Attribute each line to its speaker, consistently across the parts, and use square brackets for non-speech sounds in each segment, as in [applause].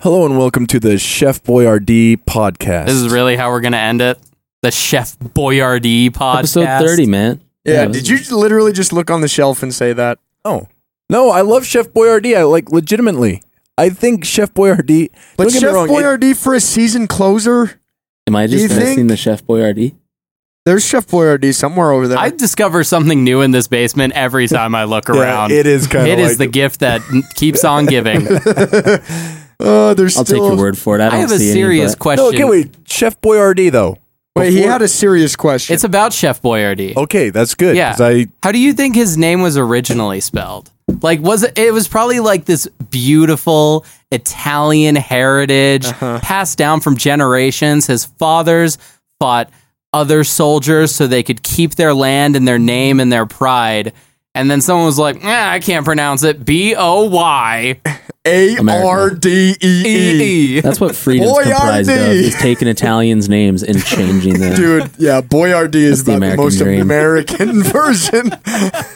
Speaker 1: Hello and welcome to the Chef Boyardee podcast.
Speaker 2: This is really how we're gonna end it. The Chef Boyardee podcast.
Speaker 3: Episode 30, man.
Speaker 4: Yeah, did you literally just look on the shelf and say that?
Speaker 1: Oh. No, I love Chef Boyardee. I like legitimately. I think Chef Boyardee.
Speaker 4: But
Speaker 1: don't get me
Speaker 4: Chef
Speaker 1: wrong, it-
Speaker 4: Boyardee for a season closer?
Speaker 3: Am I
Speaker 4: You
Speaker 3: just
Speaker 4: think-
Speaker 3: missing the Chef Boyardee?
Speaker 4: There's Chef Boyardee somewhere over there.
Speaker 2: I discover something new in this basement
Speaker 3: [laughs]
Speaker 2: every time I look
Speaker 1: yeah,
Speaker 2: around.
Speaker 1: it is kind of
Speaker 2: It is the gift that n- keeps on
Speaker 3: [laughs]
Speaker 2: giving.
Speaker 4: uh, there's
Speaker 3: I'll
Speaker 4: still,
Speaker 3: take your word for it. I
Speaker 2: I
Speaker 3: don't
Speaker 2: have a
Speaker 3: see
Speaker 2: serious
Speaker 3: any, but-
Speaker 2: question.
Speaker 1: No, okay, wait. Chef Boyardee though.
Speaker 4: Wait, he
Speaker 1: Before-
Speaker 4: had a serious question.
Speaker 2: It's about Chef Boyardee.
Speaker 1: Okay, that's good.
Speaker 2: Yeah.
Speaker 1: 'cause I
Speaker 2: How do you think his name was originally spelled? Like, was it? It was probably like this beautiful Italian heritage passed down from generations. His fathers fought other soldiers so they could keep their land and their name and their pride. And then someone was like, "Eh, I can't pronounce it. B O Y
Speaker 4: A R D E E.
Speaker 2: E E.
Speaker 3: That's what freedom's
Speaker 4: Boyardee.
Speaker 3: comprised of, is taking Italians' names and changing them.
Speaker 4: Dude, yeah, Boyardee is
Speaker 3: the
Speaker 4: about the,
Speaker 3: American
Speaker 4: most
Speaker 3: dream.
Speaker 4: American [laughs] version.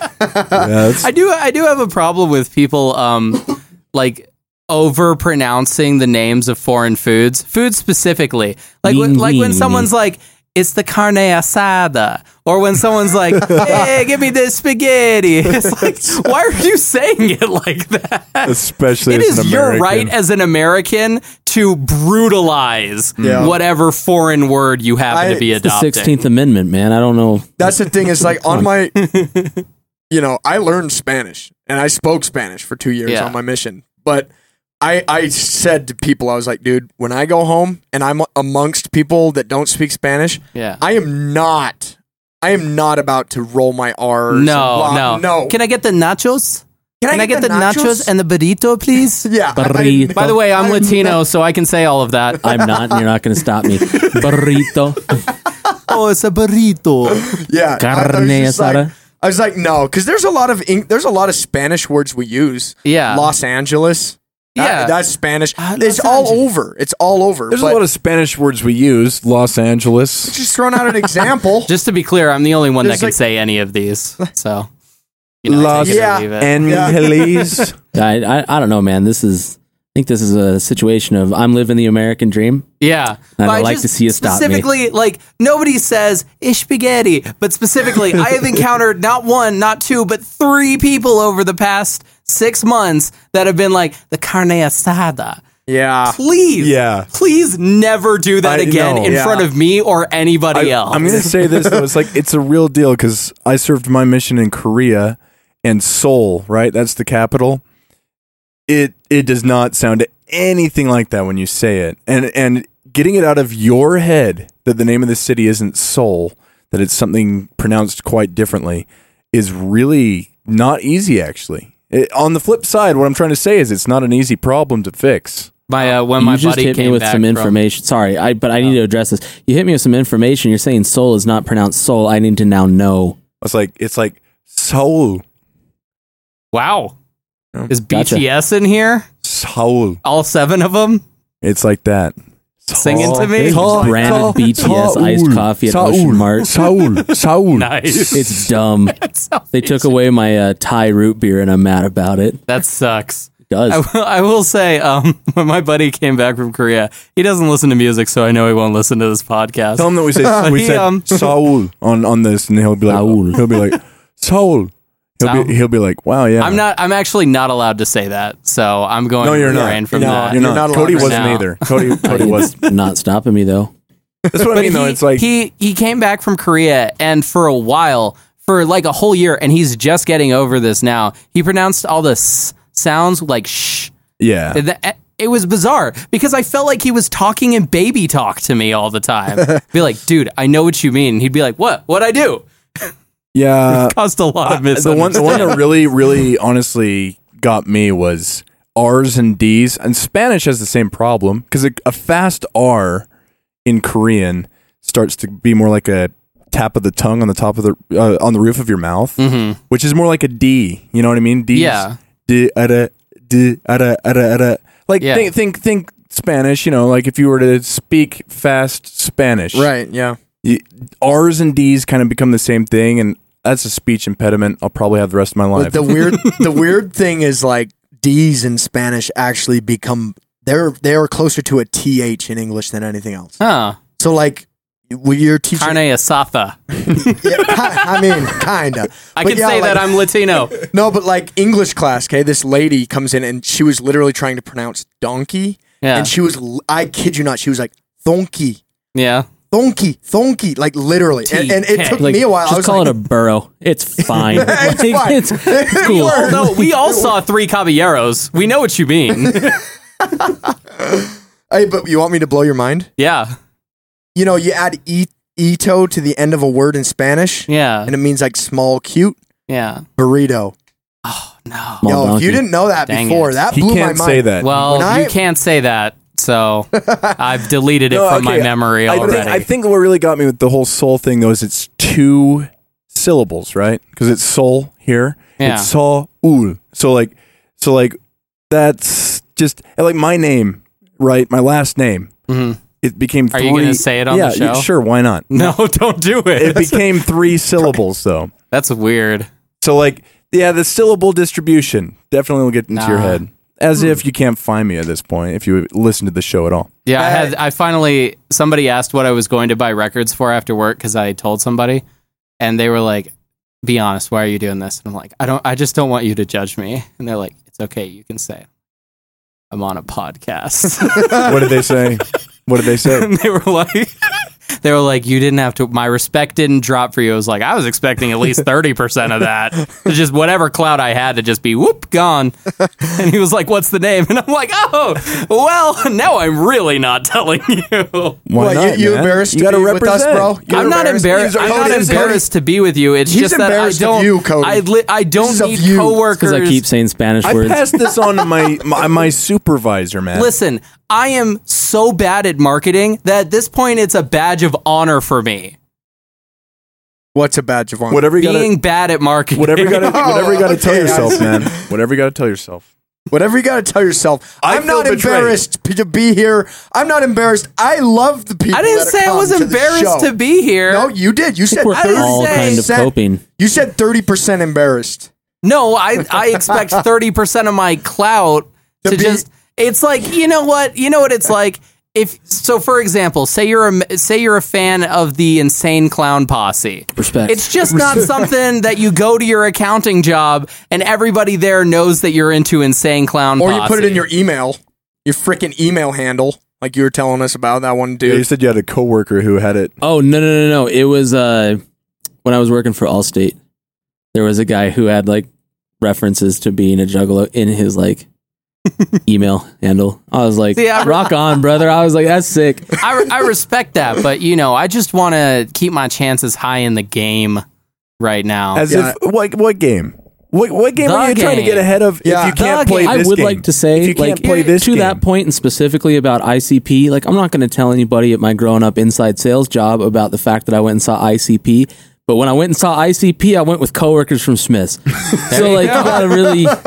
Speaker 1: yeah, that's-
Speaker 2: I do. I do have a problem with people, um, [laughs] like over pronouncing the names of foreign foods, foods specifically. Like, when,
Speaker 3: Yin
Speaker 2: like when
Speaker 3: yin.
Speaker 2: someone's like, "It's the carne asada," or when someone's like, "Hey, give me this spaghetti." [laughs] It's like, why are you saying it like that?
Speaker 1: especially
Speaker 2: It
Speaker 1: as an
Speaker 2: is your
Speaker 1: American.
Speaker 2: right as an American to brutalize
Speaker 4: Yeah.
Speaker 2: whatever foreign word you happen
Speaker 4: I-
Speaker 2: to be
Speaker 3: The
Speaker 2: adopting.
Speaker 3: Sixteenth Amendment, man. I don't know.
Speaker 4: That's the thing. It's
Speaker 2: [laughs]
Speaker 4: like on my, you know, I learned Spanish and I spoke Spanish for two years
Speaker 2: Yeah.
Speaker 4: on my mission. But I, I said to people, I was like, dude, when I go home and I'm amongst people that don't speak Spanish,
Speaker 2: Yeah.
Speaker 4: I am not, I am not about to roll my R's.
Speaker 2: no,
Speaker 4: and blah-
Speaker 2: no,
Speaker 4: no.
Speaker 2: Can I get the nachos?
Speaker 4: Can
Speaker 2: Can I get, the, nachos? and the burrito, please?
Speaker 4: yeah, I- I-
Speaker 3: Burrito.
Speaker 2: By the way, I'm Latino, so I can say all of that.
Speaker 3: I'm not, and you're not going to stop
Speaker 4: [laughs]
Speaker 3: me. Burrito.
Speaker 2: oh, it's a burrito.
Speaker 4: yeah. I- I
Speaker 3: Carne
Speaker 4: was just like-
Speaker 3: asada.
Speaker 4: I was like, no, because there's a lot of ink, there's a lot of Spanish words we use.
Speaker 2: Yeah.
Speaker 4: Los Angeles. That-
Speaker 2: Yeah.
Speaker 4: that's Spanish.
Speaker 2: Ah,
Speaker 4: it's
Speaker 2: Los
Speaker 4: all
Speaker 2: Angeles.
Speaker 4: over. It's all over.
Speaker 1: There's
Speaker 4: but-
Speaker 1: a lot of Spanish words we use. Los Angeles.
Speaker 4: just throwing
Speaker 2: [laughs]
Speaker 4: out an example.
Speaker 2: Just to be clear, I'm the only one that
Speaker 4: There's
Speaker 2: can
Speaker 4: like-
Speaker 2: say any of these. So, you know,
Speaker 1: Las-
Speaker 2: take it or
Speaker 4: Yeah,
Speaker 2: leave it.
Speaker 4: [laughs]
Speaker 1: Angeles.
Speaker 3: I, I, I don't know, man. This is. I think this is a situation of I'm living the American dream.
Speaker 2: yeah.
Speaker 3: I'd
Speaker 2: But I
Speaker 3: like
Speaker 2: just-
Speaker 3: to see you stop me.
Speaker 2: Specifically, like nobody says "ish spaghetti," but specifically, I have encountered not one, not two, but three people over the past six months that have been like the carne asada.
Speaker 4: yeah.
Speaker 2: Please,
Speaker 1: Yeah.
Speaker 2: please never do that
Speaker 1: I
Speaker 2: again
Speaker 1: know.
Speaker 2: in
Speaker 1: Yeah.
Speaker 2: front of me or anybody else.
Speaker 1: I'm gonna say this though. It's like it's a real deal because I served my mission in Korea and Seoul, right? That's the capital. It it does not sound anything like that when you say it, and and getting it out of your head that the name of the city isn't Seoul, that it's something pronounced quite differently, is really not easy. Actually, it, on the flip side, what I'm trying to say is it's not an easy problem to fix.
Speaker 2: My uh, when
Speaker 3: You
Speaker 2: my
Speaker 3: just
Speaker 2: buddy
Speaker 3: hit
Speaker 2: came
Speaker 3: me with
Speaker 2: back
Speaker 3: some
Speaker 2: from- Oh.
Speaker 3: information. Sorry, I but I need to address this. You hit me with some information. You're saying soul is not pronounced soul. I need to now know.
Speaker 1: It's like it's like Seoul,
Speaker 2: wow, is
Speaker 3: Gotcha.
Speaker 2: BTS in here?
Speaker 1: Seoul.
Speaker 2: All seven of them?
Speaker 1: It's like that.
Speaker 2: Singing to me?
Speaker 3: Branded BTS iced coffee at Ocean Mart.
Speaker 1: Saul, Saul.
Speaker 2: [laughs] Nice.
Speaker 3: It's dumb.
Speaker 2: It's-
Speaker 3: They took away my uh, Thai root beer, and I'm mad about it.
Speaker 2: that sucks.
Speaker 3: It does
Speaker 2: I will, I will say, um, [laughs] when my buddy came back from Korea, he doesn't listen to music, so I know he won't listen to this podcast.
Speaker 1: Tell him that we
Speaker 3: [laughs]
Speaker 1: said we
Speaker 2: He,
Speaker 1: said
Speaker 2: um,
Speaker 1: Saul on on this, and he'll be like
Speaker 3: Saul.
Speaker 1: he'll be like Saul. He'll
Speaker 2: Saul.
Speaker 1: be he'll be like wow yeah.
Speaker 2: I'm not. I'm actually not allowed to say that, so I'm going.
Speaker 1: No, you're
Speaker 2: to
Speaker 1: not.
Speaker 2: refrain From
Speaker 4: You're
Speaker 2: that.
Speaker 1: You're
Speaker 4: You're
Speaker 1: not.
Speaker 4: not allowed
Speaker 1: Cody
Speaker 4: right
Speaker 1: wasn't
Speaker 2: now.
Speaker 1: either. Cody
Speaker 2: [laughs]
Speaker 1: Cody was.
Speaker 3: not stopping me though.
Speaker 1: That's what I mean though.
Speaker 2: he,
Speaker 1: It's like
Speaker 2: he he came back from Korea and for a while, for like a whole year, and he's just getting over this now. He pronounced all the s sounds like shh.
Speaker 1: yeah.
Speaker 2: Th- eh, It was bizarre because I felt like he was talking in baby talk to me all
Speaker 1: [laughs]
Speaker 2: the time. be like, dude, I know what you mean. And He'd be like, what? What I do?
Speaker 1: Yeah.
Speaker 2: Caused a lot of
Speaker 1: Uh, The one the
Speaker 2: misunderstanding.
Speaker 1: one that really really honestly got me was R's and D's, and Spanish has the same problem because a, a fast R in Korean starts to be more like a tap of the tongue on the top of the uh, on the roof of your mouth, which is more like a D. You know what I mean? D's,
Speaker 2: Mm-hmm. Yeah.
Speaker 1: D ada d ada ada ada. Like
Speaker 2: Yeah.
Speaker 1: think think think Spanish. You know, like if you were to speak fast Spanish,
Speaker 4: Right. Yeah.
Speaker 1: you, R's and D's kind of become the same thing, and that's a speech impediment. I'll probably have the
Speaker 4: [laughs]
Speaker 1: rest of my life.
Speaker 4: But the weird, the weird thing is like D's in Spanish actually become they're they are closer to a th in English than anything else.
Speaker 2: Huh.
Speaker 4: So like when you're teaching,
Speaker 2: Carne asada.
Speaker 4: Yeah, [laughs] ki- I mean, kinda.
Speaker 2: I
Speaker 4: But
Speaker 2: can
Speaker 4: yeah,
Speaker 2: say that
Speaker 4: like-
Speaker 1: [laughs]
Speaker 2: I'm Latino.
Speaker 4: No, but like English class, okay, this lady comes in and she was literally trying to pronounce donkey.
Speaker 2: Yeah.
Speaker 4: And she was, l- I kid you not, she was like, donkey,
Speaker 2: yeah.
Speaker 4: donkey, donkey, like literally. And, and it
Speaker 2: T-K.
Speaker 4: took
Speaker 3: Like,
Speaker 4: me a while. I
Speaker 3: Just
Speaker 4: was
Speaker 3: call
Speaker 4: like,
Speaker 3: it a burrow. It's fine.
Speaker 4: It's
Speaker 3: Like,
Speaker 4: fine.
Speaker 3: it's- it's cool.
Speaker 4: Well,
Speaker 2: No, we all saw three caballeros. We know what you
Speaker 1: [laughs]
Speaker 2: mean.
Speaker 4: hey, but you want me to blow your mind?
Speaker 2: Yeah.
Speaker 4: You know, you add e- ito to the end of a word in Spanish,
Speaker 2: Yeah.
Speaker 4: and it means like small, cute
Speaker 2: Yeah.
Speaker 4: burrito.
Speaker 2: No.
Speaker 3: Small
Speaker 4: Yo, if you
Speaker 3: donkey.
Speaker 4: didn't know that
Speaker 2: Dang
Speaker 4: before,
Speaker 2: it.
Speaker 1: [laughs]
Speaker 4: that
Speaker 1: He
Speaker 4: blew
Speaker 1: can't
Speaker 4: my mind.
Speaker 1: say that.
Speaker 2: Well,
Speaker 4: When I-
Speaker 2: you can't say that,
Speaker 1: [laughs]
Speaker 2: so I've deleted it
Speaker 1: No,
Speaker 2: from my
Speaker 1: okay.
Speaker 2: memory
Speaker 1: I
Speaker 2: already.
Speaker 1: think, I think what really got me with the whole soul thing though is it's two syllables, right? Because it's soul here.
Speaker 2: Yeah.
Speaker 1: It's soul. So like, so like, that's just and, like my name, right? My last name.
Speaker 2: Mhm.
Speaker 1: It became.
Speaker 2: Are
Speaker 1: three,
Speaker 2: you gonna say it on the
Speaker 1: yeah, you-
Speaker 2: show?
Speaker 1: sure. Why
Speaker 2: [laughs]
Speaker 1: not?
Speaker 2: [laughs] no, don't do
Speaker 1: It
Speaker 2: it.
Speaker 1: became
Speaker 2: [laughs]
Speaker 1: three syllables though.
Speaker 2: That's weird.
Speaker 1: So like, yeah, the syllable distribution definitely will get into your
Speaker 2: Nah.
Speaker 1: head. As if you can't find me at this point if you listen to the show at all.
Speaker 2: Yeah, I
Speaker 4: Uh,
Speaker 2: had. I finally somebody asked what I was going to buy records for after work because I told somebody, and they were like, "Be honest, why are you doing this?" And I'm like, "I don't. I just don't want you to judge me." And they're like, "It's okay, you can say." it." I'm on a podcast. [laughs]
Speaker 1: What did they say? What did they say?
Speaker 2: and they were like, "They were like, you didn't have to. My respect didn't drop for you." It was like I was expecting at least thirty percent of that. [laughs] It's just whatever cloud I had to just be whoop gone. [laughs] And he was like, "What's the name?" [laughs] And I'm like, "Oh, well, now I'm really not telling you."
Speaker 1: Why
Speaker 4: What,
Speaker 1: not,
Speaker 4: you, you
Speaker 1: man?
Speaker 4: embarrassed
Speaker 1: You gotta
Speaker 4: to be with us,
Speaker 1: represent.
Speaker 4: bro? You're
Speaker 2: I'm not embarrassed. I'm not
Speaker 4: Cody is-
Speaker 2: embarrassed to be with you. It's
Speaker 4: He's
Speaker 2: just that I
Speaker 4: embarrassed of
Speaker 2: don't.
Speaker 4: you, Cody.
Speaker 2: I li- I
Speaker 4: This
Speaker 2: don't
Speaker 4: is of
Speaker 2: need
Speaker 4: you.
Speaker 2: coworkers.
Speaker 3: Because I keep saying Spanish
Speaker 1: I
Speaker 3: words.
Speaker 1: passed this on to my my, my supervisor, man.
Speaker 2: Listen, I am so bad at marketing that at this point it's a badge of honor for me.
Speaker 4: What's a badge of honor?
Speaker 1: whatever you
Speaker 2: Being
Speaker 1: gotta,
Speaker 2: bad at marketing.
Speaker 1: whatever you
Speaker 2: [laughs]
Speaker 1: gotta,
Speaker 4: Oh,
Speaker 1: whatever you gotta tell
Speaker 4: okay, I
Speaker 1: yourself,
Speaker 4: see.
Speaker 1: man. Whatever you gotta tell yourself.
Speaker 4: Whatever you got to tell yourself.
Speaker 1: I
Speaker 4: I am
Speaker 1: feel
Speaker 4: not
Speaker 1: betrayed.
Speaker 4: embarrassed p- to be here. I'm not embarrassed. I love the people.
Speaker 2: I didn't
Speaker 4: that
Speaker 2: say I
Speaker 4: come
Speaker 2: was
Speaker 4: to the
Speaker 2: embarrassed
Speaker 4: show.
Speaker 2: to be here. No,
Speaker 4: No, you did. You said
Speaker 3: We're
Speaker 2: I didn't
Speaker 3: all
Speaker 2: say-
Speaker 3: kind of
Speaker 4: said-
Speaker 3: coping.
Speaker 4: You said thirty percent embarrassed.
Speaker 2: I, I
Speaker 4: [laughs]
Speaker 2: expect 30% of my clout to,
Speaker 4: To be-
Speaker 2: just, it's like, you know what? You know what it's like? If, so for example, say you're a, say you're a fan of the insane clown posse.
Speaker 3: Respect.
Speaker 2: It's just not something that you go to your accounting job and everybody there knows that you're into insane clown
Speaker 4: Or
Speaker 2: posse.
Speaker 4: you put it in your email, your freaking email handle, like you were telling us about that one
Speaker 1: You
Speaker 4: dude.
Speaker 1: said you had a coworker who had it.
Speaker 3: Oh no no no no! It was uh, when I was working for Allstate. There was a guy who had like references to being a juggalo in his like email handle. I was like,
Speaker 2: See, I-
Speaker 3: rock on, brother! I was like, that's sick.
Speaker 2: I, I respect that, but you know, I just want to keep my chances high in the game right now.
Speaker 1: As
Speaker 4: Yeah.
Speaker 1: if what what game? What what game
Speaker 2: The
Speaker 1: are you trying to
Speaker 2: game.
Speaker 1: get ahead of?
Speaker 4: Yeah.
Speaker 1: If you can't
Speaker 2: The
Speaker 1: play
Speaker 2: game.
Speaker 1: this
Speaker 3: I would
Speaker 1: game?
Speaker 3: like to say,
Speaker 1: if you can't
Speaker 3: like,
Speaker 1: play this
Speaker 3: to that
Speaker 1: game.
Speaker 3: point and specifically about ICP, like, I'm not going to tell anybody at my grown up inside sales job about the fact that I went and saw ICP. But when I went and saw ICP, I went with coworkers
Speaker 2: [laughs]
Speaker 3: from Smith's. so, like, you got to really.
Speaker 2: That's
Speaker 1: [laughs]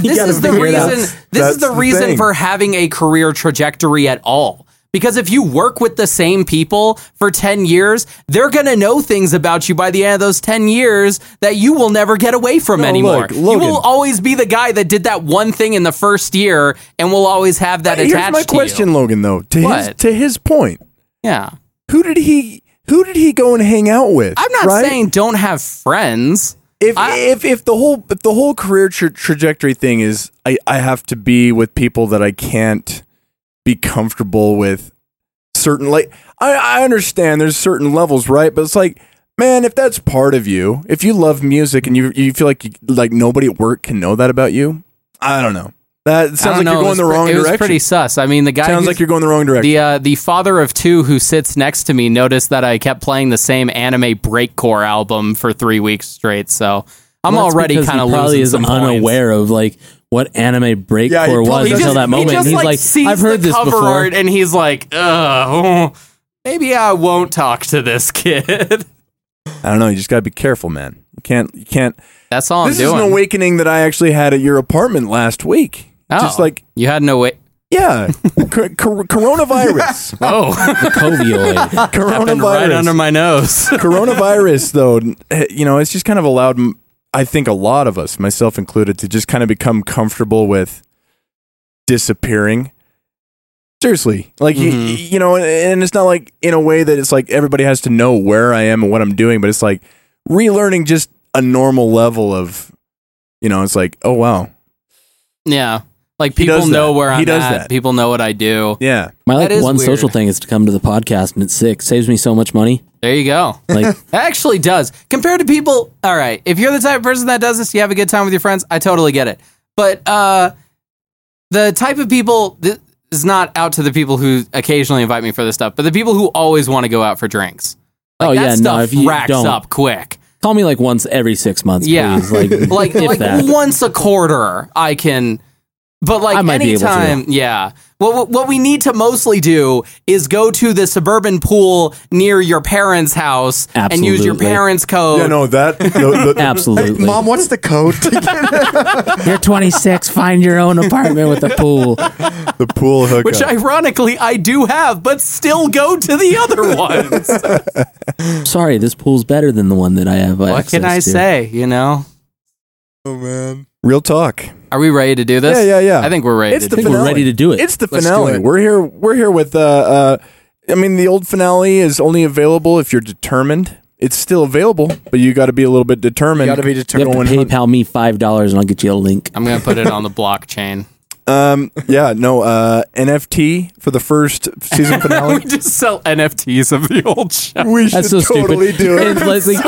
Speaker 2: this
Speaker 3: gotta
Speaker 2: is the
Speaker 3: figure it out.
Speaker 2: reason. This
Speaker 1: That's
Speaker 2: is the
Speaker 1: the
Speaker 2: reason
Speaker 1: thing.
Speaker 2: for having a career trajectory at all. Because if you work with the same people for 10 years, they're going to know things about you by the end of those 10 years that you will never get away from anymore.
Speaker 1: look,
Speaker 2: you
Speaker 1: Logan.
Speaker 2: will always be the guy that did that one thing in the first year and will always have that
Speaker 1: Here's
Speaker 2: attached
Speaker 1: my
Speaker 2: to
Speaker 1: question,
Speaker 2: you.
Speaker 1: Logan. Though to his
Speaker 2: What?
Speaker 1: to his point,
Speaker 2: Yeah.
Speaker 1: who did he who did he go and hang out with?
Speaker 2: I'm not
Speaker 1: right?
Speaker 2: saying don't have friends.
Speaker 1: if
Speaker 2: I-
Speaker 1: if if the whole if the whole career tra- trajectory thing is I I have to be with people that I can't be comfortable with certain like I I understand there's certain levels right but it's like man if that's part of you if you love music and you you feel like you, like nobody at work can know that about you I don't know that
Speaker 2: I
Speaker 1: sounds
Speaker 2: don't
Speaker 1: like
Speaker 2: know,
Speaker 1: you're
Speaker 2: it
Speaker 1: going
Speaker 2: was
Speaker 1: the
Speaker 2: pre-
Speaker 1: wrong
Speaker 2: It was
Speaker 1: direction
Speaker 2: pretty sus. I mean, the guy
Speaker 1: sounds
Speaker 2: who's-
Speaker 1: like you're going the wrong direction
Speaker 2: The uh, the father of two who sits next to me noticed that I kept playing the same anime breakcore album for three weeks straight. So I'm
Speaker 3: That's
Speaker 2: already
Speaker 3: because
Speaker 2: kind of
Speaker 3: he
Speaker 2: losing
Speaker 3: probably is
Speaker 2: some points.
Speaker 3: unaware of like what anime breakcore
Speaker 4: Yeah, he
Speaker 3: was
Speaker 4: probably
Speaker 3: until
Speaker 4: just-
Speaker 3: that moment.
Speaker 2: He just
Speaker 3: And
Speaker 2: like,
Speaker 3: he's
Speaker 2: sees
Speaker 3: like, I've heard
Speaker 2: the
Speaker 3: this
Speaker 2: cover
Speaker 3: before.
Speaker 2: art and he's like, Ugh, oh, maybe I won't talk to this [laughs] kid.
Speaker 1: I don't know you just got to be careful man you can't you can't
Speaker 2: That's all
Speaker 1: this
Speaker 2: I'm
Speaker 1: is
Speaker 2: doing.
Speaker 1: an awakening that I actually had at your apartment last week
Speaker 2: Oh,
Speaker 1: just like
Speaker 2: you had
Speaker 1: [laughs]
Speaker 2: no way.
Speaker 1: Yeah, cor- cor- [laughs] coronavirus.
Speaker 2: Oh,
Speaker 3: [laughs] Covioid.
Speaker 1: coronavirus.
Speaker 2: [laughs] right under my nose. [laughs]
Speaker 1: coronavirus, [laughs] though, eh, you know, it's just kind of allowed. m- I think a lot of us, myself included, to just kind of become comfortable with disappearing, Seriously, like y- y- you, know, and it's not like in a way that it's like everybody has to know where I am and what I'm doing, but it's like relearning just a normal level of, you know, it's like oh wow,
Speaker 2: Yeah. Like
Speaker 1: He
Speaker 2: people
Speaker 1: does
Speaker 2: know
Speaker 1: that.
Speaker 2: where I'm
Speaker 1: He does
Speaker 2: at.
Speaker 1: that.
Speaker 2: People know what I do.
Speaker 1: yeah,
Speaker 3: My
Speaker 2: That
Speaker 3: like
Speaker 2: is
Speaker 3: one
Speaker 2: weird.
Speaker 3: social thing is to come to the podcast and it's sick. Saves me so much
Speaker 2: [laughs]
Speaker 3: money.
Speaker 2: There you go.
Speaker 3: Like
Speaker 2: That actually does. Compared to people, all right, if you're the type of person that does this, you have a good time with your friends, I totally get it. But uh the type of people this is not out to the people who occasionally invite me for this stuff, but the people who always want to go out for drinks. that
Speaker 3: Oh, yeah, no,
Speaker 2: stuff
Speaker 3: if you
Speaker 2: racks
Speaker 3: don't-
Speaker 2: up quick.
Speaker 3: call me like once every six months,
Speaker 2: Yeah.
Speaker 3: please.
Speaker 2: [laughs] Like
Speaker 3: Like, if
Speaker 2: like
Speaker 3: that.
Speaker 2: once a quarter I can but like
Speaker 3: I might be able to.
Speaker 2: anytime, yeah. What, what what we need to mostly do is go to the suburban pool near your parents' house and use your
Speaker 3: Absolutely.
Speaker 2: parents' code.
Speaker 1: yeah, no Oh, that
Speaker 4: Hey,
Speaker 3: Absolutely.
Speaker 4: Mom, what's the code?
Speaker 1: [laughs]
Speaker 4: to get-
Speaker 3: You're 26. Find your own apartment with a
Speaker 2: [laughs]
Speaker 3: pool.
Speaker 1: the pool hookup,
Speaker 2: which ironically I do have, but still go to the other
Speaker 1: [laughs]
Speaker 2: ones.
Speaker 3: Sorry, this pool's better than the one that I have.
Speaker 2: what
Speaker 3: access
Speaker 2: can I
Speaker 3: to.
Speaker 2: say? You know,
Speaker 4: oh man.
Speaker 1: real talk.
Speaker 2: are we ready to do this?
Speaker 1: Yeah, yeah, yeah.
Speaker 2: I think we're ready.
Speaker 1: It's
Speaker 2: to
Speaker 1: the
Speaker 2: do
Speaker 3: think we're
Speaker 1: finale.
Speaker 3: ready to do it.
Speaker 1: It's the
Speaker 4: Let's do
Speaker 1: finale.
Speaker 4: it.
Speaker 1: We're here. We're here with. Uh, uh, I mean, the old finale is only available if you're determined. It's still available, but you got to be a little bit determined.
Speaker 4: You gotta be
Speaker 3: You
Speaker 4: determined.
Speaker 3: have to PayPal me five dollars and I'll get you a link.
Speaker 2: I'm gonna put it on the blockchain.
Speaker 1: Um, yeah, no. Uh, NFT for the first season
Speaker 2: [laughs] we
Speaker 1: finale.
Speaker 2: just sell NFTs of the old show.
Speaker 1: we should
Speaker 3: That's so
Speaker 1: totally
Speaker 3: stupid.
Speaker 1: do it.
Speaker 3: And let's, like,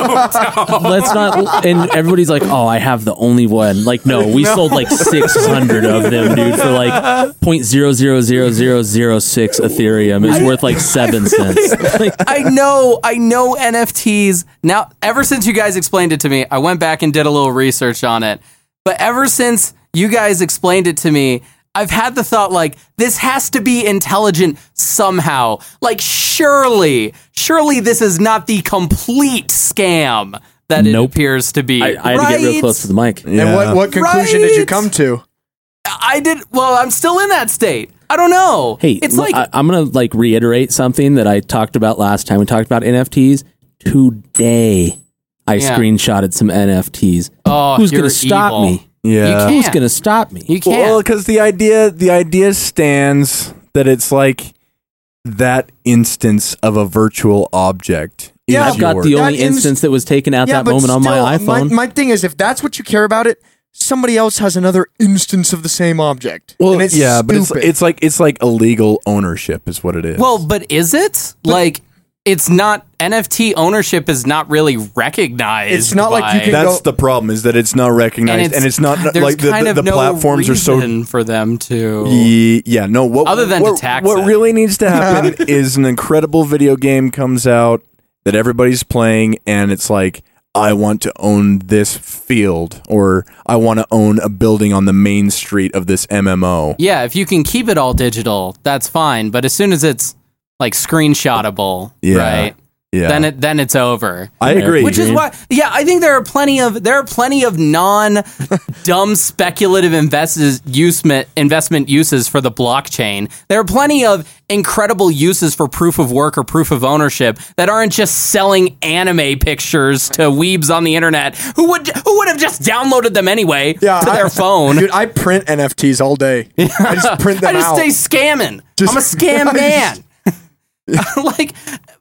Speaker 3: let's not. And everybody's like, "Oh, I have the only one." Like, no, we sold like six hundred of them, dude, for like point zero zero zero zero zero six Ethereum. It's worth like seven cents. [laughs] Like,
Speaker 2: I know, I know NFTs. Now, ever since you guys explained it to me, I went back and did a little research on it. But ever since you guys explained it to me, I've had the thought like, this has to be intelligent somehow. Like, surely, surely this is not the complete scam that it
Speaker 3: Nope.
Speaker 2: appears to be.
Speaker 3: I, I had to get real
Speaker 2: right?
Speaker 3: close to the mic.
Speaker 1: Yeah.
Speaker 4: And what, what conclusion did you
Speaker 2: Right?
Speaker 4: come to?
Speaker 2: I did. Well, I'm still in that state. I don't know.
Speaker 3: Hey,
Speaker 2: it's
Speaker 3: look,
Speaker 2: like
Speaker 3: I, am gonna like reiterate something that I talked about last time. We talked about NFTs today. I
Speaker 2: Yeah.
Speaker 3: screenshotted some NFTs.
Speaker 2: oh,
Speaker 3: Who's gonna
Speaker 2: you're
Speaker 3: stop
Speaker 2: evil.
Speaker 3: me?
Speaker 1: Yeah.
Speaker 2: You
Speaker 3: Who's
Speaker 2: can't.
Speaker 3: gonna stop me?
Speaker 2: You can't.
Speaker 1: Well, because the idea the idea stands that it's like that instance of a virtual object. is
Speaker 4: Yeah,
Speaker 3: I've got the
Speaker 1: yours.
Speaker 3: only
Speaker 4: That ins-
Speaker 3: instance that was taken at that moment on my
Speaker 4: still,
Speaker 3: iPhone.
Speaker 4: My, thing is, if that's what you care about it, somebody else has another instance of the same object.
Speaker 1: Well,
Speaker 4: and it's
Speaker 1: yeah, but it's,
Speaker 4: stupid.
Speaker 1: it's like it's like illegal ownership is what it is.
Speaker 2: Well, but is it like it's not NFT ownership is not really recognized.
Speaker 4: It's not like you
Speaker 2: by-
Speaker 4: can-
Speaker 1: that's
Speaker 4: go-
Speaker 1: the problem is that it's not recognized and it's, not
Speaker 2: there's
Speaker 1: like the,
Speaker 2: kind
Speaker 1: the,
Speaker 2: of
Speaker 1: the
Speaker 2: no
Speaker 1: platforms are so
Speaker 2: reason for them to.
Speaker 1: Ye- yeah no what
Speaker 2: Other than to
Speaker 1: what,
Speaker 2: tax
Speaker 1: what
Speaker 2: it.
Speaker 1: really needs
Speaker 2: [laughs]
Speaker 1: to happen is an incredible video game comes out that everybody's playing and it's like I want to own this field or I want to own a building on the main street of this MMO
Speaker 2: Yeah, if you can keep it all digital, that's fine. But as soon as it's like screenshotable,
Speaker 1: Yeah.
Speaker 2: right?
Speaker 1: yeah
Speaker 2: Then it then it's over.
Speaker 1: I agree
Speaker 2: Which is
Speaker 3: Adrian.
Speaker 2: why, yeah, I think there are plenty of there are plenty of non dumb speculative investors usement investment uses for the blockchain. There are plenty of incredible uses for proof of work or proof of ownership that aren't just selling anime pictures to weebs on the internet who would who would have just downloaded them anyway
Speaker 3: [laughs]
Speaker 4: Yeah,
Speaker 2: to
Speaker 4: I-
Speaker 2: their
Speaker 4: [laughs]
Speaker 2: phone.
Speaker 4: Dude, I print NFTs all day. I just print
Speaker 2: I
Speaker 4: them
Speaker 2: just
Speaker 4: out.
Speaker 2: stay scamming.
Speaker 4: Just-
Speaker 2: I'm
Speaker 1: [laughs]
Speaker 2: a scam man. [laughs] like,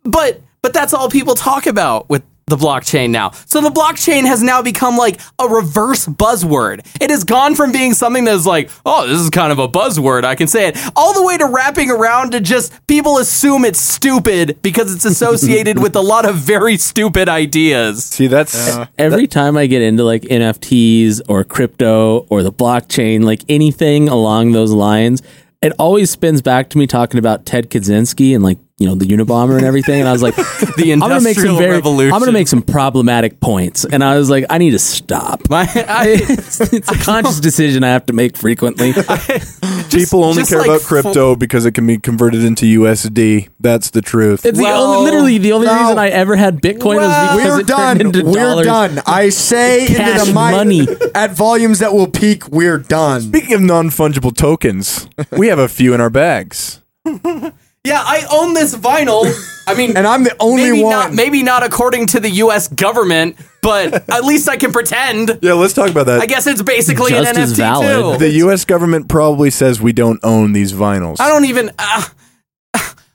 Speaker 2: but but that's all people talk about with the blockchain now. So the blockchain has now become like a reverse buzzword. It has gone from being something that is like, oh, this is kind of a buzzword, I can say it, all the way to wrapping around to just people assume it's stupid because it's associated with a lot of very stupid ideas.
Speaker 1: see that's
Speaker 3: Every time I get into like NFTs or crypto or the blockchain, like anything along those lines, it always spins back to me talking about Ted Kaczynski and like you know the Unabomber and everything. And I was like,
Speaker 2: [laughs] The
Speaker 3: I'm gonna make some
Speaker 2: Industrial
Speaker 3: very,
Speaker 2: Revolution.
Speaker 3: I'm gonna make some problematic points. And I was like, I need to stop. [laughs]
Speaker 2: My, I,
Speaker 3: it's, it's a conscious decision I have to make frequently.
Speaker 1: people only
Speaker 2: just
Speaker 1: care
Speaker 2: like
Speaker 1: about
Speaker 2: fo-
Speaker 1: crypto because it can be converted into USD that's the truth
Speaker 3: It's
Speaker 2: Well,
Speaker 3: the only, literally the only
Speaker 4: no.
Speaker 3: reason I ever had Bitcoin was
Speaker 2: Well,
Speaker 3: because
Speaker 4: We're
Speaker 3: it turned
Speaker 4: done.
Speaker 3: into
Speaker 4: We're
Speaker 3: dollars.
Speaker 4: done. I say into
Speaker 3: Cash
Speaker 4: the mic
Speaker 3: money.
Speaker 4: at volumes that will peak. We're done.
Speaker 1: Speaking of non fungible tokens, we have a few in our bags.
Speaker 2: yeah, I own this vinyl. I mean,
Speaker 4: And I'm the only
Speaker 2: maybe
Speaker 4: one.
Speaker 2: Not, maybe not according to the U.S. government,
Speaker 1: [laughs]
Speaker 2: but at least I can pretend.
Speaker 1: Yeah, let's talk about that.
Speaker 2: I guess it's basically an
Speaker 3: Just as
Speaker 2: NFT
Speaker 3: valid.
Speaker 2: too.
Speaker 1: the U.S. government probably says we don't own these vinyls.
Speaker 2: I don't even. Uh,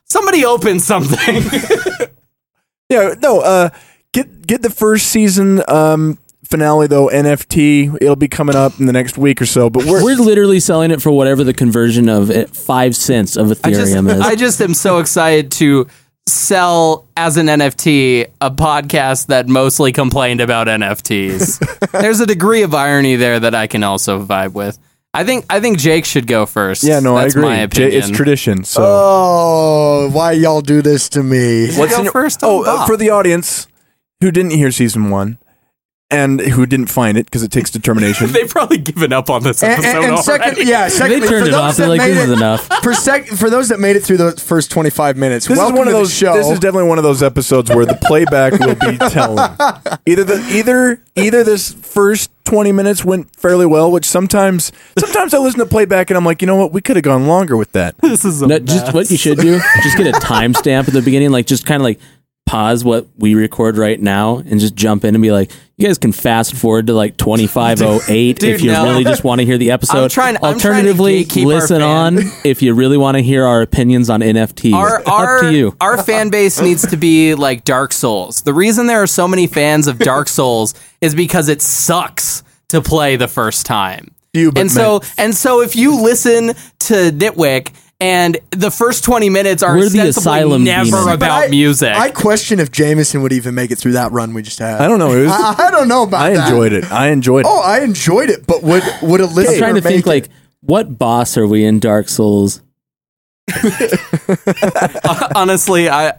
Speaker 2: [sighs] somebody open something. [laughs]
Speaker 1: Yeah, no. Uh, get get the first season um, finale though. NFT. It'll be coming up in the next week or so. But we're,
Speaker 3: We're literally selling it for whatever the conversion of it, five cents of
Speaker 2: I just,
Speaker 3: Ethereum is.
Speaker 2: I just am so excited to sell as an NFT a podcast that mostly complained
Speaker 1: [laughs]
Speaker 2: about NFTs. There's a degree of irony there that I can also vibe with. I think I think Jake should go first.
Speaker 1: yeah, no,
Speaker 2: That's
Speaker 1: I agree.
Speaker 2: My
Speaker 1: Jay-
Speaker 2: opinion.
Speaker 1: it's tradition. So
Speaker 4: Oh, why y'all do this to me?
Speaker 2: What's in your, first?
Speaker 1: oh,
Speaker 2: Oh,
Speaker 1: uh, for the audience who didn't hear season one and who didn't find it because it takes determination. [laughs]
Speaker 2: [laughs] they've probably given up on this
Speaker 4: And,
Speaker 2: episode
Speaker 4: and, and second,
Speaker 2: already.
Speaker 4: yeah,
Speaker 3: they
Speaker 4: secondly,
Speaker 3: turned
Speaker 4: for
Speaker 3: it
Speaker 4: those
Speaker 3: off.
Speaker 4: that
Speaker 3: They're like,
Speaker 4: made
Speaker 3: this is
Speaker 4: it-
Speaker 3: enough.
Speaker 4: For sec- for those that made it through the first twenty five minutes,
Speaker 1: this is
Speaker 4: welcome
Speaker 1: one
Speaker 4: to
Speaker 1: of
Speaker 4: the
Speaker 1: those.
Speaker 4: show.
Speaker 1: This is definitely one of those episodes where the playback will [laughs] be telling. Either the either either this first twenty minutes went fairly well, which sometimes sometimes I listen to playback and I'm like, you know what, we could have gone longer with that.
Speaker 2: this is a
Speaker 3: No, just what you
Speaker 2: [laughs]
Speaker 3: should do, just get a timestamp at the beginning, like just kind of like pause what we record right now and just jump in and be like, you guys can fast forward to like
Speaker 2: [laughs]
Speaker 3: 2508
Speaker 2: Dude,
Speaker 3: if you
Speaker 2: no.
Speaker 3: really just want to hear the episode.
Speaker 2: I'm trying- I'm trying to
Speaker 3: Alternatively,
Speaker 2: gatekeep our
Speaker 3: listen
Speaker 2: fan.
Speaker 3: on if you really want to hear our opinions on NFTs.
Speaker 2: our
Speaker 3: Up
Speaker 2: our
Speaker 3: to you.
Speaker 2: our fan base needs to be like Dark Souls. The reason there are so many fans of
Speaker 3: [laughs]
Speaker 2: Dark Souls is because it sucks to play the first time.
Speaker 1: You, but
Speaker 2: and so and so if you listen to Nitwick and the first 20 minutes are
Speaker 3: We're the
Speaker 2: ostensibly
Speaker 3: asylum
Speaker 2: never
Speaker 3: demon.
Speaker 4: But
Speaker 2: about
Speaker 4: I-
Speaker 2: music.
Speaker 4: I question if Jameson would even make it through that run we just had.
Speaker 1: I don't know. It was, [laughs]
Speaker 4: [laughs] I, I don't know about
Speaker 1: I
Speaker 4: that.
Speaker 1: enjoyed it. I enjoyed it.
Speaker 4: Oh, I enjoyed it, but would would a listener
Speaker 3: I'm trying to
Speaker 4: make
Speaker 3: think
Speaker 4: it?
Speaker 3: like what boss are we in Dark Souls?
Speaker 2: [laughs] Honestly, I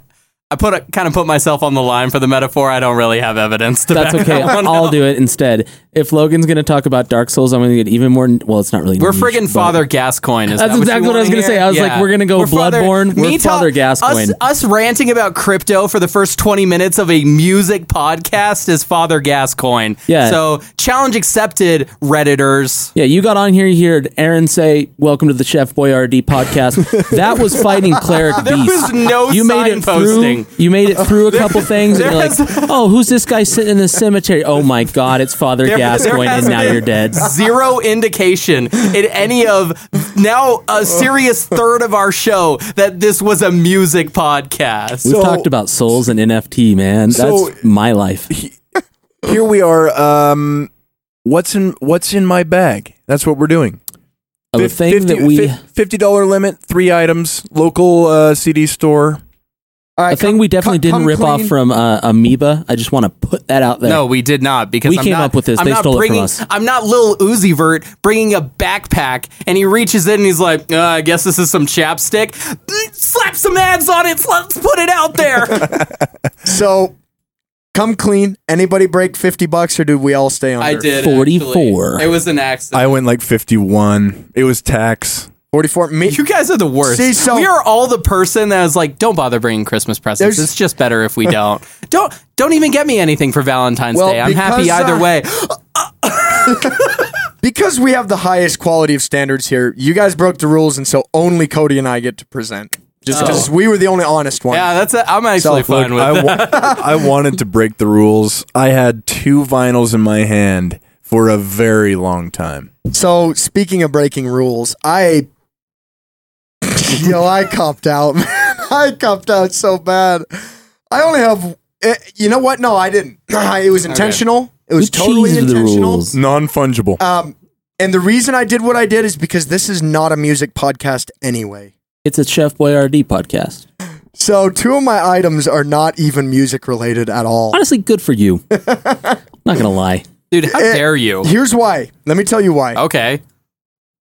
Speaker 2: I put a, kind of put myself on the line for the metaphor. I don't really have evidence to [laughs]
Speaker 3: That's
Speaker 2: back
Speaker 3: okay.
Speaker 2: that one
Speaker 3: I'll
Speaker 2: up.
Speaker 3: do it instead. If Logan's going to talk about Dark Souls, I'm going to get even more. Well, it's not really.
Speaker 2: We're
Speaker 3: niche,
Speaker 2: friggin'
Speaker 3: but-
Speaker 2: Father Gascoigne. Is
Speaker 3: That's
Speaker 2: that what,
Speaker 3: exactly
Speaker 2: you
Speaker 3: what I was
Speaker 2: wanna
Speaker 3: gonna say.
Speaker 2: hear?
Speaker 3: I was like, we're gonna go Bloodborne, we're
Speaker 2: me ta-
Speaker 3: Father Gascoigne.
Speaker 2: Us, us ranting about crypto for the first twenty minutes of a music podcast is Father Gascoigne.
Speaker 3: Yeah.
Speaker 2: So challenge accepted, redditors.
Speaker 3: Yeah, you got on here. You heard Aaron say, "Welcome to the Chef Boyardee podcast." that was fighting cleric
Speaker 2: was
Speaker 3: beast.
Speaker 2: no
Speaker 3: you made it
Speaker 2: signposting.
Speaker 3: through. You made it through a couple things. And you're like,
Speaker 2: there's-
Speaker 3: "Oh, who's this guy sitting in the cemetery? Oh my God, it's Father
Speaker 2: There- there
Speaker 3: Gascoigne,
Speaker 2: has
Speaker 3: and now
Speaker 2: been
Speaker 3: you're
Speaker 2: [laughs]
Speaker 3: dead."
Speaker 2: Zero indication in any of now a serious third of our show that this was a music podcast.
Speaker 3: We've
Speaker 1: So-
Speaker 3: talked about souls and NFT, man.
Speaker 1: So-
Speaker 3: That's my life.
Speaker 1: Here we are. Um, what's in What's in my bag? That's what we're doing.
Speaker 3: Of a
Speaker 1: Fif-
Speaker 3: thing that we,
Speaker 1: fif- fifty dollar limit, three items, local uh, CD store.
Speaker 4: All right,
Speaker 3: a thing we definitely
Speaker 4: come-
Speaker 3: didn't
Speaker 4: come
Speaker 3: rip off
Speaker 4: clean.
Speaker 3: from uh, Amoeba. I just want to put that out there.
Speaker 2: No, we did not because
Speaker 3: We
Speaker 2: I'm
Speaker 3: came
Speaker 2: not-
Speaker 3: up with this.
Speaker 2: I'm
Speaker 3: They
Speaker 2: not
Speaker 3: stole it from
Speaker 2: bringing,
Speaker 3: us.
Speaker 2: I'm not Lil Uzi Vert bringing a backpack and he reaches in and he's like, uh, I guess this is some chapstick. Mm, Slap some ads on it. Let's put it out
Speaker 3: [laughs]
Speaker 2: there.
Speaker 4: so. Come clean. Anybody break fifty bucks, or do we all stay under?
Speaker 2: I did.
Speaker 3: 44.
Speaker 2: actually. It was an accident.
Speaker 1: I went like fifty one. It was tax.
Speaker 4: forty-four. Me.
Speaker 2: you guys are the worst.
Speaker 4: See, so-
Speaker 2: we are all the person that was like, "Don't bother bringing Christmas presents.
Speaker 4: There's-
Speaker 2: It's just better if
Speaker 4: [laughs]
Speaker 2: we don't. don't don't even get me anything for Valentine's
Speaker 4: Well,
Speaker 2: Day. I'm happy
Speaker 4: because,
Speaker 2: either
Speaker 4: uh,
Speaker 2: way."
Speaker 4: because we have the highest quality of standards here, you guys broke the rules, and so only Cody and I get to present. Just because we were the only honest one.
Speaker 2: Yeah, that's. A, I'm actually
Speaker 4: So,
Speaker 2: fine with
Speaker 1: I,
Speaker 2: that.
Speaker 1: wa- I wanted to break the rules. I had two vinyls in my hand for a very long time.
Speaker 4: So speaking of breaking rules, I yo, I copped out, [laughs] man. I copped out so bad. I only have, eh, you know what? No, I didn't. [clears throat] it was intentional. It was totally
Speaker 3: cheesed the
Speaker 4: intentional.
Speaker 3: rules.
Speaker 1: Non fungible.
Speaker 4: Um, and the reason I did what I did is because this is not a music podcast anyway.
Speaker 3: It's a Chef Boyardee podcast.
Speaker 4: So two of my items are not even music related at all.
Speaker 3: Honestly, good for you. not gonna lie.
Speaker 2: dude.
Speaker 4: [laughs]
Speaker 2: How dare you?
Speaker 4: Here's why. Let me tell you why.
Speaker 2: Okay.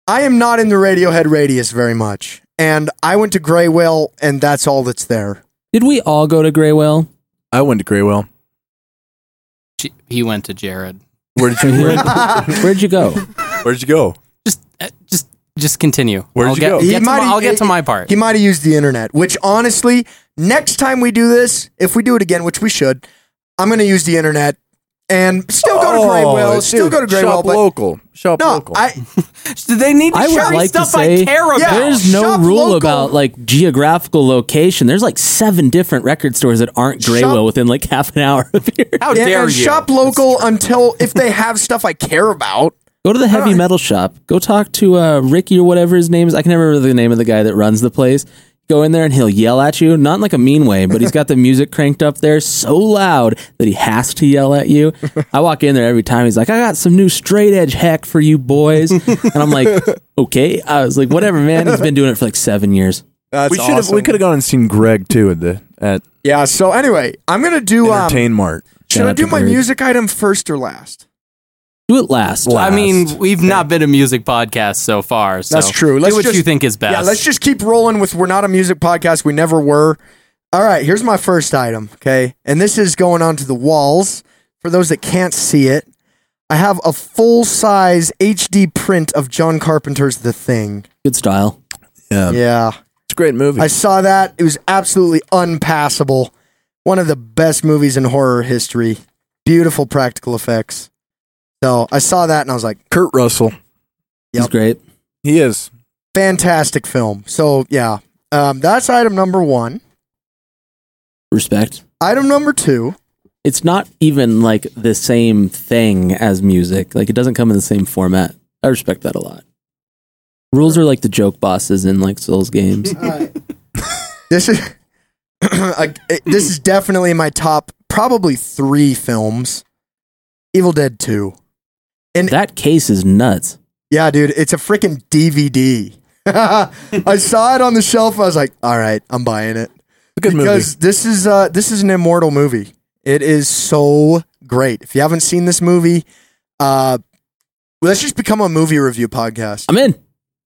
Speaker 4: I am not in the Radiohead radius very much, and I went to Grey Whale, and that's all that's there.
Speaker 3: Did we all go to Graywell?
Speaker 1: I went to Graywell.
Speaker 2: She- He went to Jared.
Speaker 1: Where did you [laughs]
Speaker 3: Where'd,
Speaker 4: [laughs]
Speaker 3: where'd you go?
Speaker 1: Where'd you go?
Speaker 2: just uh, just just continue.
Speaker 1: Where'd
Speaker 2: I'll
Speaker 1: you
Speaker 2: get,
Speaker 1: go?
Speaker 2: get
Speaker 4: He
Speaker 2: to my,
Speaker 4: might-
Speaker 2: I'll get to
Speaker 4: he-
Speaker 2: my part.
Speaker 4: He might have used the internet, which honestly, next time we do this, if we do it again, which we should, I'm going to use the internet and still go to Great Well. Still go to Great Well,
Speaker 1: Oh, Shop
Speaker 4: but
Speaker 1: local. Shop
Speaker 4: no,
Speaker 1: local.
Speaker 4: I
Speaker 2: Do they need to
Speaker 3: I
Speaker 2: show
Speaker 3: would
Speaker 2: me
Speaker 3: like to
Speaker 2: stuff
Speaker 3: say
Speaker 2: I care about?
Speaker 4: Yeah.
Speaker 3: there's no
Speaker 4: Shop
Speaker 3: rule
Speaker 4: local.
Speaker 3: about like geographical location. There's like seven different record stores that aren't
Speaker 4: Shop-
Speaker 3: Graywell within like half an hour of here.
Speaker 2: How
Speaker 4: and,
Speaker 2: dare
Speaker 4: and
Speaker 2: you?
Speaker 4: shop local until if they have stuff I care about.
Speaker 3: Go to the heavy metal shop. Go talk to uh, Ricky or whatever his name is. I can never remember the name of the guy that runs the place. Go in there and he'll yell at you, not in like a mean way, but he's got the music cranked up there so loud that he has to yell at you. I walk in there every time. He's like, "I got some new straight edge hack for you boys," and I'm like, [laughs] "Okay." I was like, "Whatever, man." He's been doing it for like seven years.
Speaker 4: That's
Speaker 1: we should have. We could have gone and seen Greg too at the at
Speaker 4: Yeah. So anyway, I'm gonna do. Um,
Speaker 1: Entertain Mart.
Speaker 4: should
Speaker 3: Shout
Speaker 4: I
Speaker 3: out
Speaker 4: do
Speaker 3: to
Speaker 4: my
Speaker 3: Bird.
Speaker 4: music item first or last?
Speaker 3: Do it last.
Speaker 1: Wow.
Speaker 2: I
Speaker 1: Last.
Speaker 2: mean, we've not been a music podcast so far. So
Speaker 4: That's true. Let's
Speaker 2: do what
Speaker 4: just-
Speaker 2: you think is best.
Speaker 4: Yeah. Let's just keep rolling with. We're not a music podcast. We never were. All right. Here's my first item. Okay, and this is going onto the walls for those that can't see it. I have a full size HD print of John Carpenter's The Thing.
Speaker 3: Good style.
Speaker 1: Yeah,
Speaker 4: Yeah.
Speaker 1: it's a great movie.
Speaker 4: I saw that. It was absolutely unpassable. One of the best movies in horror history. Beautiful practical effects. So I saw that and I was like,
Speaker 1: Kurt Russell.
Speaker 3: He's
Speaker 4: Yep.
Speaker 3: great.
Speaker 1: He is.
Speaker 4: fantastic film. So yeah, um, that's item number one.
Speaker 3: Respect.
Speaker 4: Item number two.
Speaker 3: it's not even like the same thing as music. Like it doesn't come in the same format. I respect that a lot. Rules are like the joke bosses in like Souls
Speaker 4: [laughs]
Speaker 3: games.
Speaker 4: This is [clears throat] I- it- this is definitely my top, probably three films. Evil Dead Two.
Speaker 3: that case is nuts.
Speaker 4: Yeah, dude, it's a freaking DVD. [laughs] I saw it on the shelf. I was like, all right, I'm buying it.
Speaker 1: It's a good
Speaker 4: because this is uh this is an immortal movie. It is so great. If you haven't seen this movie, uh let's just become a movie review podcast.
Speaker 3: I'm in.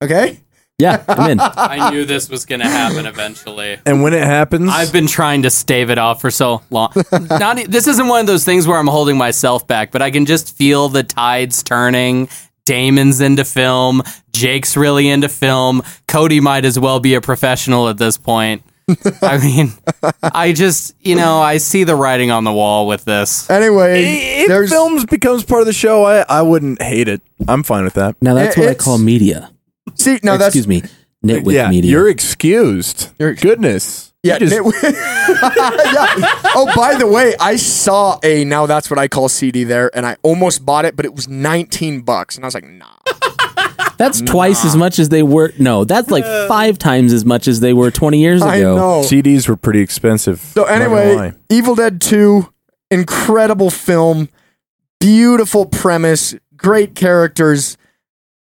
Speaker 4: Okay?
Speaker 3: Yeah, I'm
Speaker 4: [laughs]
Speaker 3: in.
Speaker 2: I knew this was going to happen eventually.
Speaker 1: movie. And when it happens,
Speaker 2: I've been trying to stave it off for so long. Not e- this isn't one of those things where I'm holding myself back, but I can just feel the tides turning. Damon's into film. Jake's really into film. Cody might as well be a professional at this point. I mean, I just you know I see the writing on the wall with this.
Speaker 4: Anyway,
Speaker 1: if
Speaker 4: there's
Speaker 1: films becomes part of the show, I, I wouldn't hate it. I'm fine with that.
Speaker 3: Now that's what I
Speaker 4: It's-
Speaker 3: call media.
Speaker 4: see no that's
Speaker 3: Excuse me, nitwit
Speaker 1: yeah,
Speaker 3: media.
Speaker 1: you're excused. Goodness. You
Speaker 4: yeah,
Speaker 1: just-
Speaker 4: [laughs] Yeah. Oh, by the way, I saw a now that's what I call CD there, and I almost bought it, but it was 19 bucks, and I was like, nah.
Speaker 3: that's twice as much as they were. No, that's
Speaker 4: [laughs]
Speaker 3: like five times as much as they were 20 years ago.
Speaker 4: I know.
Speaker 1: CDs were pretty expensive.
Speaker 4: So
Speaker 1: I'm not gonna lie.
Speaker 4: anyway, Evil Dead 2, incredible film, beautiful premise, great characters,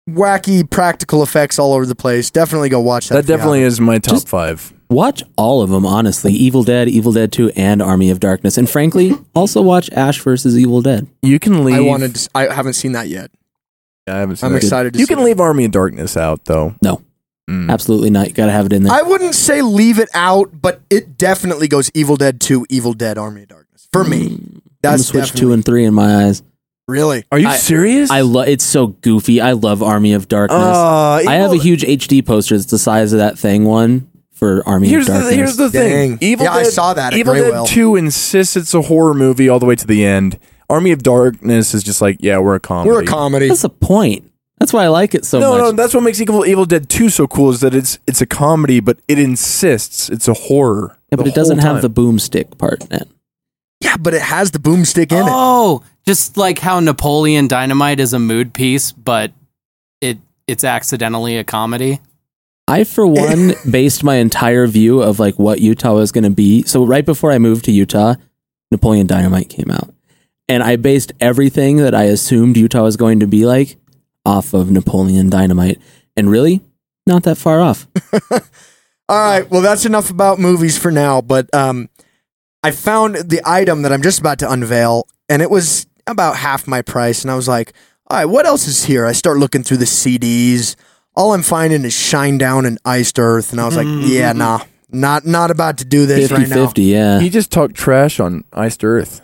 Speaker 4: wacky practical effects all over the place. Definitely go watch that.
Speaker 1: that
Speaker 4: if you
Speaker 1: definitely is my top five.
Speaker 3: Watch all of them, honestly. Evil Dead, Evil Dead 2, and Army of Darkness.
Speaker 1: [laughs]
Speaker 3: And frankly, also watch Ash versus Evil Dead.
Speaker 1: You can leave.
Speaker 4: haven't. I wanted. To, s- I haven't seen that yet.
Speaker 1: I haven't seen
Speaker 4: I'm
Speaker 1: that.
Speaker 4: excited to
Speaker 1: You
Speaker 4: see
Speaker 1: can
Speaker 4: it.
Speaker 1: leave Army of Darkness out though.
Speaker 3: No,
Speaker 1: Mm.
Speaker 3: absolutely not. You got to have it in there.
Speaker 4: I wouldn't say leave it out, but it definitely goes Evil Dead 2, Evil Dead Army of Darkness for me.
Speaker 3: Mm. I'm gonna
Speaker 4: That's
Speaker 3: switch
Speaker 4: definitely
Speaker 3: two and three in my eyes.
Speaker 4: really.
Speaker 1: Are you
Speaker 3: I-
Speaker 1: serious?
Speaker 3: I love it's so goofy. I love Army of Darkness.
Speaker 1: Uh,
Speaker 3: I have a
Speaker 1: Evil-
Speaker 3: huge HD poster. It's the size of that thing one for Army
Speaker 1: Here's
Speaker 3: of
Speaker 1: the
Speaker 3: Darkness.
Speaker 1: here's the thing.
Speaker 4: Dang. Yeah, I saw that at
Speaker 1: Evil Dead
Speaker 4: Graywell.
Speaker 1: Two insists it's a horror movie all the way to the end. Army of Darkness is just like, yeah, we're a comedy.
Speaker 4: We're a comedy.
Speaker 3: That's the point. That's why I like it so
Speaker 1: No,
Speaker 3: much.
Speaker 1: no, that's what makes Evil Evil Dead Two so cool is that it's it's a comedy, but it insists it's a horror.
Speaker 3: Yeah, but
Speaker 1: the
Speaker 3: it doesn't
Speaker 1: whole
Speaker 3: have the
Speaker 1: time.
Speaker 3: boomstick part in it.
Speaker 4: Yeah, but it has the boomstick in it.
Speaker 2: Oh, just like how Napoleon Dynamite is a mood piece, but it it's accidentally a comedy.
Speaker 3: I, for
Speaker 4: [laughs]
Speaker 3: one, based my entire view of like what Utah was going to be. So right before I moved to Utah, Napoleon Dynamite came out, and I based everything that I assumed Utah was going to be like off of Napoleon Dynamite, and really, not that far
Speaker 4: [laughs]
Speaker 3: off.
Speaker 4: All right. Well, that's enough about movies for now. But um, I found the item that I'm just about to unveil, and it was about half my price. And I was like, all right, what else is here? I start looking through the CDs. All I'm finding is Shine Down and Iced Earth. And I was like,
Speaker 3: Mm-hmm.
Speaker 4: yeah, nah, not not about to do this
Speaker 3: 50
Speaker 4: right now.
Speaker 3: 50, yeah.
Speaker 1: He just talked trash on Iced Earth.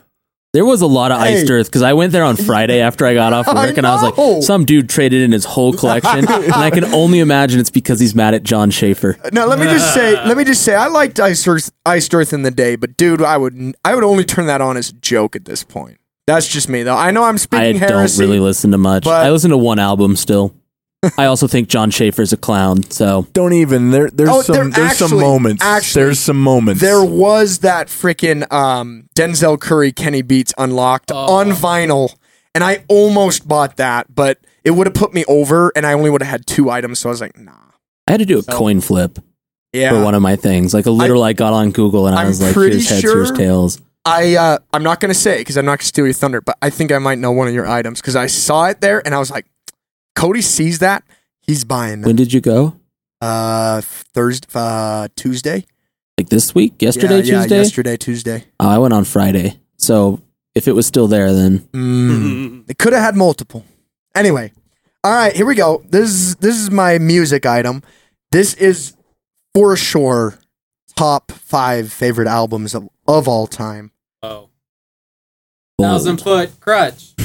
Speaker 3: There was a lot of iced
Speaker 4: Hey.
Speaker 3: earth because I went there on
Speaker 4: [laughs]
Speaker 3: Friday after I got off
Speaker 4: I
Speaker 3: work and I was
Speaker 4: know.
Speaker 3: like, some dude traded in his whole collection. and I can only imagine it's because he's mad at John Schaefer.
Speaker 4: Now let me just say, let me just say, I liked Iced Earth, Iced Earth in the day, but dude, I would I would only turn that on as a joke at this point. That's just me though. I know I'm
Speaker 3: I
Speaker 4: speaking
Speaker 3: don't
Speaker 4: heresy.
Speaker 3: really listen to much.
Speaker 4: but-
Speaker 3: I listen to one album still. I also think John Schaefer's a clown. So
Speaker 1: Don't even. There, there's
Speaker 4: Oh,
Speaker 1: some.
Speaker 4: there-
Speaker 1: There's some
Speaker 4: actually-
Speaker 1: moments.
Speaker 4: actually,
Speaker 1: there's some moments. Mm.
Speaker 4: There was that freaking um, Denzel Curry Kenny Beats unlocked on vinyl, and I almost bought that, but it would have put me over, and I only would have had two items, so I was like, nah.
Speaker 3: I had to do a coin flip for
Speaker 4: Yeah,
Speaker 3: one of my things. Like a literal, I, got on Google and I
Speaker 4: I'm
Speaker 3: was like,
Speaker 4: pretty
Speaker 3: "Here's heads,
Speaker 4: sure-
Speaker 3: here's tails."
Speaker 4: I uh, I'm not gonna say because I'm not gonna steal your thunder, but I think I might know one of your items because I saw it there, and I was like, Cody sees that, he's buying that.
Speaker 3: When did you go?
Speaker 4: Uh, Thursday, uh, Tuesday,
Speaker 3: Like this week? Yesterday,
Speaker 4: Yeah, yeah,
Speaker 3: Tuesday?
Speaker 4: yesterday, Tuesday.
Speaker 3: Oh, I went on Friday. So if it was still there, then
Speaker 1: Mm-hmm.
Speaker 4: Mm. They could have had multiple. Anyway, all right, here we go. This is this is my music item. This is for sure top five favorite albums of, of all time.
Speaker 2: Oh.
Speaker 3: bold. [laughs]
Speaker 2: Thousand foot crutch.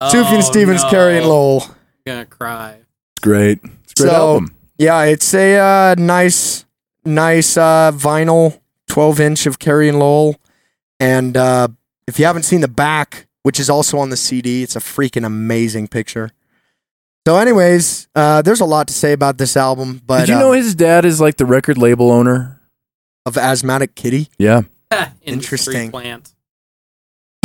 Speaker 2: oh,
Speaker 4: Sufjan Stevens,
Speaker 2: no.
Speaker 4: Carrie, and Lowell.
Speaker 2: I'm gonna cry. [laughs]
Speaker 1: It's great. It's a great
Speaker 4: So-
Speaker 1: album.
Speaker 4: Yeah, it's a uh, nice, nice uh, vinyl twelve inch of Carrie and Lowell. And uh, if you haven't seen the back, which is also on the CD, it's a freaking amazing picture. So, anyways, uh, there's a lot to say about this album, but
Speaker 1: Did you
Speaker 4: uh,
Speaker 1: know his dad is like the record label owner?
Speaker 4: of asthmatic kitty.
Speaker 1: [laughs] Yeah.
Speaker 4: Interesting.
Speaker 2: Interesting. Plant.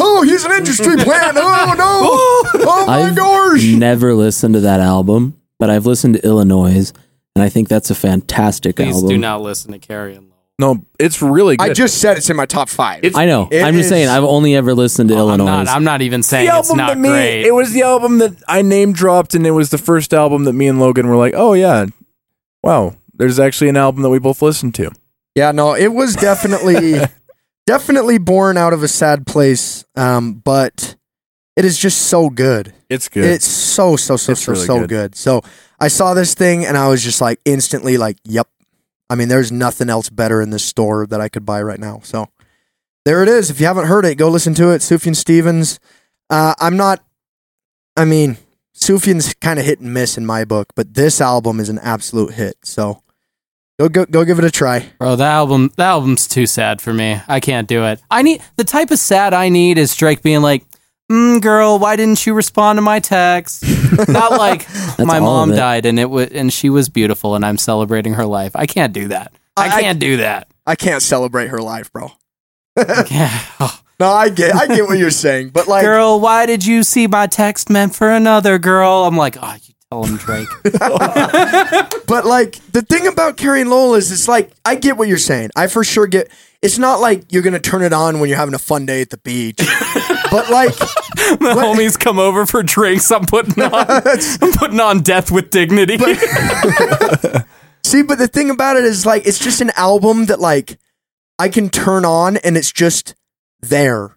Speaker 4: Oh, he's an
Speaker 1: [laughs]
Speaker 4: industry plant. Oh no! Oh my
Speaker 3: I've
Speaker 4: gosh!
Speaker 3: never listened to that album, but I've listened to Illinois, and I think that's a fantastic
Speaker 2: Please
Speaker 3: album.
Speaker 2: do not listen to Carrie and Lowell.
Speaker 1: No, it's really good.
Speaker 4: I just said it's in my top five.
Speaker 1: It's-
Speaker 3: I know.
Speaker 4: It
Speaker 3: I'm just
Speaker 4: is-
Speaker 3: saying. I've only ever listened to
Speaker 2: Oh, I'm
Speaker 3: Illinois.
Speaker 2: not, I'm not even saying it's not
Speaker 1: that me,
Speaker 2: great.
Speaker 1: It was the album that I name dropped, and it was the first album that me and Logan were like, "Oh yeah, wow." There's actually an album that we both listened to.
Speaker 4: yeah, no, it
Speaker 1: [laughs]
Speaker 4: was definitely, definitely born out of a sad place. Um, but it is just so good.
Speaker 1: It's good.
Speaker 4: It's so so so
Speaker 1: It's
Speaker 4: so
Speaker 1: really
Speaker 4: so
Speaker 1: good.
Speaker 4: good. So I saw this thing and I was just like instantly like, yep. I mean, there's nothing else better in this store that I could buy right now. So there it is. If you haven't heard it, go listen to it. Sufjan Stevens. Uh, I'm not. I mean, Sufjan's kind of hit and miss in my book, but this album is an absolute hit. So go go go give it a try.
Speaker 2: Bro, that album that album's too sad for me. I can't do it. I need the type of sad I need is Drake being like, mm, "Girl, why didn't you respond to my text?" Not like my
Speaker 3: all
Speaker 2: mom
Speaker 3: of it.
Speaker 2: died and it was and she was beautiful and I'm celebrating her life. I can't do that. I,
Speaker 4: I- I-
Speaker 2: can't do that.
Speaker 4: I can't celebrate her life, bro.
Speaker 2: I can't. [laughs] Oh.
Speaker 4: No, I get I get what
Speaker 2: [laughs]
Speaker 4: you're saying, but like,
Speaker 2: girl, why did you see my text meant for another girl? I'm like, oh, you [laughs] tell him, Drake.
Speaker 4: But like the thing about Carrie and Lowell is it's like I get what you're saying. I for sure get it's not like you're gonna turn it on when you're having a fun day at
Speaker 2: [laughs]
Speaker 4: the beach. but like
Speaker 2: the homies come over for drinks. I'm putting on, I'm putting on death with dignity. [laughs]
Speaker 4: see, but the thing about it is like it's just an album that like I can turn on and it's just there.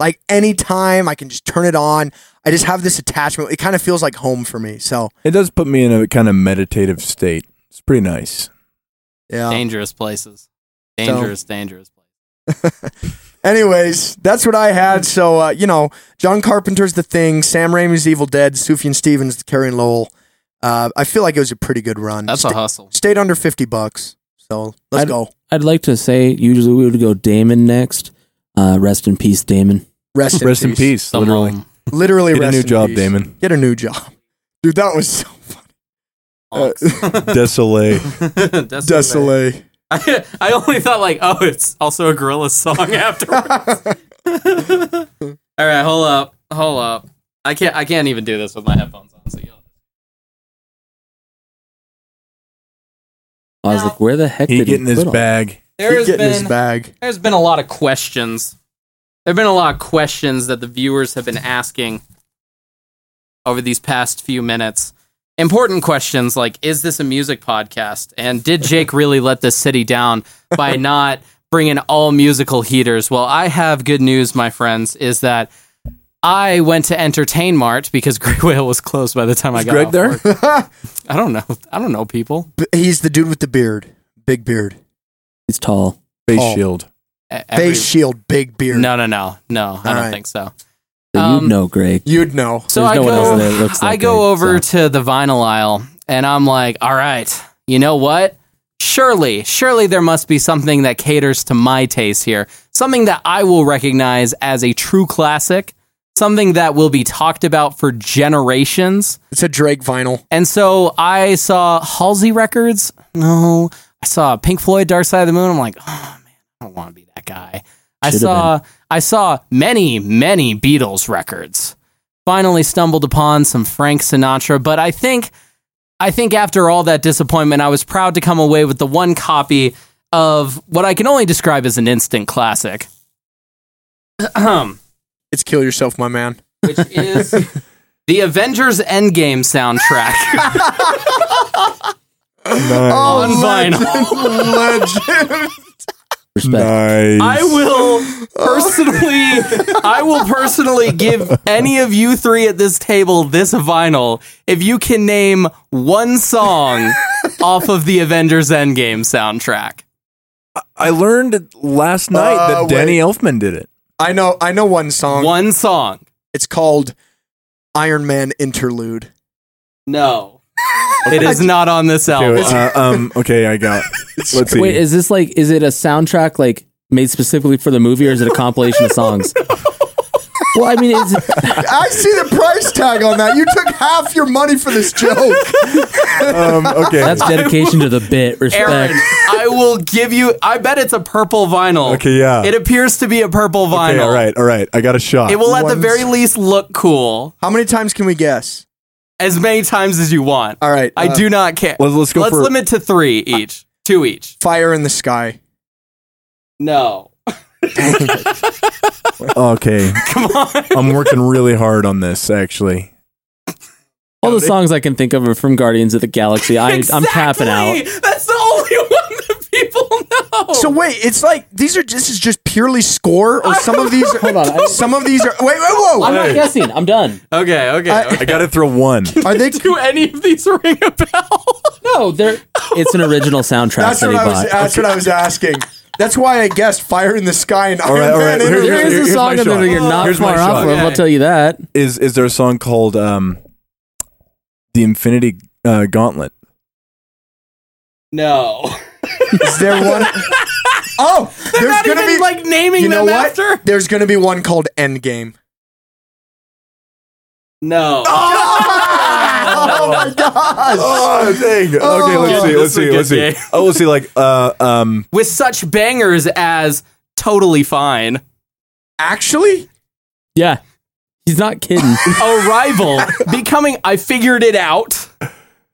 Speaker 4: Like anytime I can just turn it on. I just have this attachment. It kind of feels like home for me. So
Speaker 1: it does put me in a kind of meditative state. It's pretty nice.
Speaker 4: yeah.
Speaker 2: dangerous places. Dangerous, dangerous places.
Speaker 4: Anyways, that's what I had. So uh, you know, John Carpenter's The Thing, Sam Raimi's Evil Dead, Sufjan Stevens, The Carrion Lowell. Uh, I feel like it was a pretty good run.
Speaker 2: That's a
Speaker 4: Sta-
Speaker 2: hustle.
Speaker 4: stayed under fifty bucks. So let's
Speaker 3: I'd-
Speaker 4: go.
Speaker 3: I'd like to say usually we would go Damon next. Uh, rest in peace, Damon.
Speaker 4: Rest in
Speaker 1: Rest in peace. literally,
Speaker 2: [laughs] Someone-
Speaker 4: Literally,
Speaker 1: get a
Speaker 4: rest
Speaker 1: new
Speaker 4: in
Speaker 1: job,
Speaker 4: peace.
Speaker 1: Damon.
Speaker 4: Get a new job, [laughs] dude. That was so funny. Uh,
Speaker 1: [laughs]
Speaker 2: [laughs]
Speaker 1: Desolate.
Speaker 2: That's what
Speaker 4: Desolate.
Speaker 2: [laughs] I, I only thought like, oh, it's also a gorilla song [laughs] afterwards. All right, hold up, hold up. I can't, I can't even do this with my headphones on. So you'll-
Speaker 3: I was like, where the heck
Speaker 1: He
Speaker 3: did
Speaker 1: getting
Speaker 3: he
Speaker 1: his
Speaker 3: put all-
Speaker 1: bag.
Speaker 2: there's
Speaker 4: Get in his
Speaker 2: been
Speaker 4: bag.
Speaker 2: there's been a lot of questions. There've been a lot of questions that the viewers have been asking over these past few minutes. Important questions like is this a music podcast and did Jake really let this city down by not bringing all musical heaters? Well, I have good news my friends is that I went to Entertain Mart because [laughs] Grey Whale was closed by the time I got
Speaker 1: Greg
Speaker 2: off
Speaker 1: there?
Speaker 2: work. I don't know. I don't know people. E-,
Speaker 4: B- He's the dude with the beard, big beard,
Speaker 3: He's tall.
Speaker 1: Face
Speaker 4: Paul.
Speaker 1: shield.
Speaker 2: E- every-
Speaker 4: face shield, big beard.
Speaker 2: no, no, no, no. I
Speaker 4: All
Speaker 2: don't
Speaker 4: right.
Speaker 2: think so.
Speaker 3: So
Speaker 2: Um,
Speaker 3: you know, Greg.
Speaker 4: You'd know.
Speaker 2: So
Speaker 3: There's
Speaker 2: I
Speaker 3: no
Speaker 2: go,
Speaker 3: one else that looks like
Speaker 2: I go
Speaker 3: it,
Speaker 2: over to the vinyl aisle and I'm like, all right, you know what? Surely, surely there must be something that caters to my taste here. something that I will recognize as a true classic, something that will be talked about for generations.
Speaker 4: It's a Drake vinyl.
Speaker 2: And so I saw Halsey Records. No, I saw Pink Floyd, Dark Side of the Moon. I'm like, oh man, I don't want to be that guy. I
Speaker 3: Should've
Speaker 2: saw I saw many, many Beatles records. Finally stumbled upon some Frank Sinatra, but I think I think after all that disappointment, I was proud to come away with the one copy of what I can only describe as an instant classic. [clears throat] Um,
Speaker 4: It's Kill Yourself, My Man. [laughs]
Speaker 2: which is the Avengers Endgame soundtrack
Speaker 1: Nice.
Speaker 2: on vinyl.
Speaker 4: Legend.
Speaker 3: Respect.
Speaker 2: I will personally, I will personally give any of you three at this table this vinyl if you can name one song off of the Avengers Endgame soundtrack.
Speaker 1: I learned last night
Speaker 4: Uh,
Speaker 1: that Danny Elfman did it.
Speaker 4: I know. I know one song.
Speaker 2: One song.
Speaker 4: It's called Iron Man Interlude.
Speaker 2: No, it is not on this album.
Speaker 1: Uh, um, okay, I [laughs] got. Let's see.
Speaker 3: Wait, is this like is it a soundtrack like made specifically for the movie or is it a
Speaker 2: [laughs]
Speaker 3: compilation of songs? Well, I mean, it's,
Speaker 4: I see the price tag on that. You took half your money for this joke.
Speaker 1: um, okay,
Speaker 3: that's dedication to the bit. Respect.
Speaker 2: Aaron, I will give you. I bet it's a purple vinyl.
Speaker 1: Okay, yeah.
Speaker 2: It appears to be a purple vinyl.
Speaker 1: okay. All right, all right. I got a shot.
Speaker 2: It will at the
Speaker 4: One's-
Speaker 2: very least look cool
Speaker 4: [laughs] How many times can we guess?
Speaker 2: as many times as you want.
Speaker 4: All right.
Speaker 2: I
Speaker 4: uh,
Speaker 2: do not care.
Speaker 1: Let's- let's go for-
Speaker 2: limit to three each, two each.
Speaker 4: Fire in the Sky.
Speaker 2: No,
Speaker 1: oh, okay,
Speaker 2: [laughs] come on.
Speaker 1: I'm working really hard on this. Actually,
Speaker 3: All the songs I can think of are from Guardians of the Galaxy. I, I'm tapping out.
Speaker 2: Exactly! That's the only [laughs] one that people know.
Speaker 4: So wait, it's like these are this is just purely score, or some of these. Hold
Speaker 3: on, I-
Speaker 4: Some of these are. Wait, wait, whoa.
Speaker 3: I'm not guessing. I'm done.
Speaker 2: okay, okay.
Speaker 4: I-
Speaker 2: okay.
Speaker 1: I got to throw one.
Speaker 4: are they?
Speaker 2: Do any of these [laughs] ring a bell?
Speaker 3: No, they're, it's an original soundtrack
Speaker 4: That's
Speaker 3: that
Speaker 4: what
Speaker 3: he
Speaker 4: I was.
Speaker 3: bought.
Speaker 4: That's what I was asking. That's why I guessed Fire in the Sky and Iron
Speaker 1: right, all
Speaker 4: Man
Speaker 1: right, here-
Speaker 4: Interlude.
Speaker 3: there
Speaker 1: here-
Speaker 3: is
Speaker 1: here's my
Speaker 3: a song in there
Speaker 1: shot.
Speaker 3: that you're not
Speaker 1: Here's my
Speaker 3: far off
Speaker 1: shot.
Speaker 3: of. I'll tell you that.
Speaker 1: Is is there a song called um, "The Infinity uh, Gauntlet"?
Speaker 2: No.
Speaker 4: Is there one? [laughs] Oh,
Speaker 2: They're
Speaker 4: there's
Speaker 2: not
Speaker 4: gonna
Speaker 2: even
Speaker 4: be
Speaker 2: like naming
Speaker 4: you know
Speaker 2: them
Speaker 4: what?
Speaker 2: after.
Speaker 4: There's gonna be one called Endgame.
Speaker 2: No.
Speaker 4: Oh my gosh!
Speaker 1: Oh dang! Okay, let's see.
Speaker 2: This
Speaker 1: Let's
Speaker 2: is a
Speaker 1: see.
Speaker 2: good
Speaker 1: Let's see.
Speaker 2: game.
Speaker 1: Oh, let's see. Like uh um.
Speaker 2: With such bangers as "Totally Fine,"
Speaker 4: Actually,
Speaker 3: Yeah. He's not kidding.
Speaker 2: "Arrival," "Becoming," "I Figured It Out,"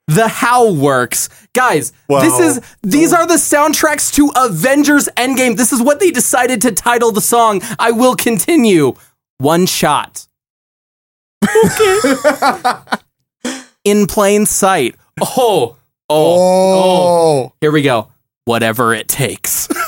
Speaker 2: "The How Works." Guys, this
Speaker 1: Wow.
Speaker 2: is these are the soundtracks to Avengers Endgame. This is what they decided to title the song. I will continue. One shot. [laughs] In plain sight. Oh, oh, oh.
Speaker 4: oh,
Speaker 2: Here we go. Whatever it takes. [laughs]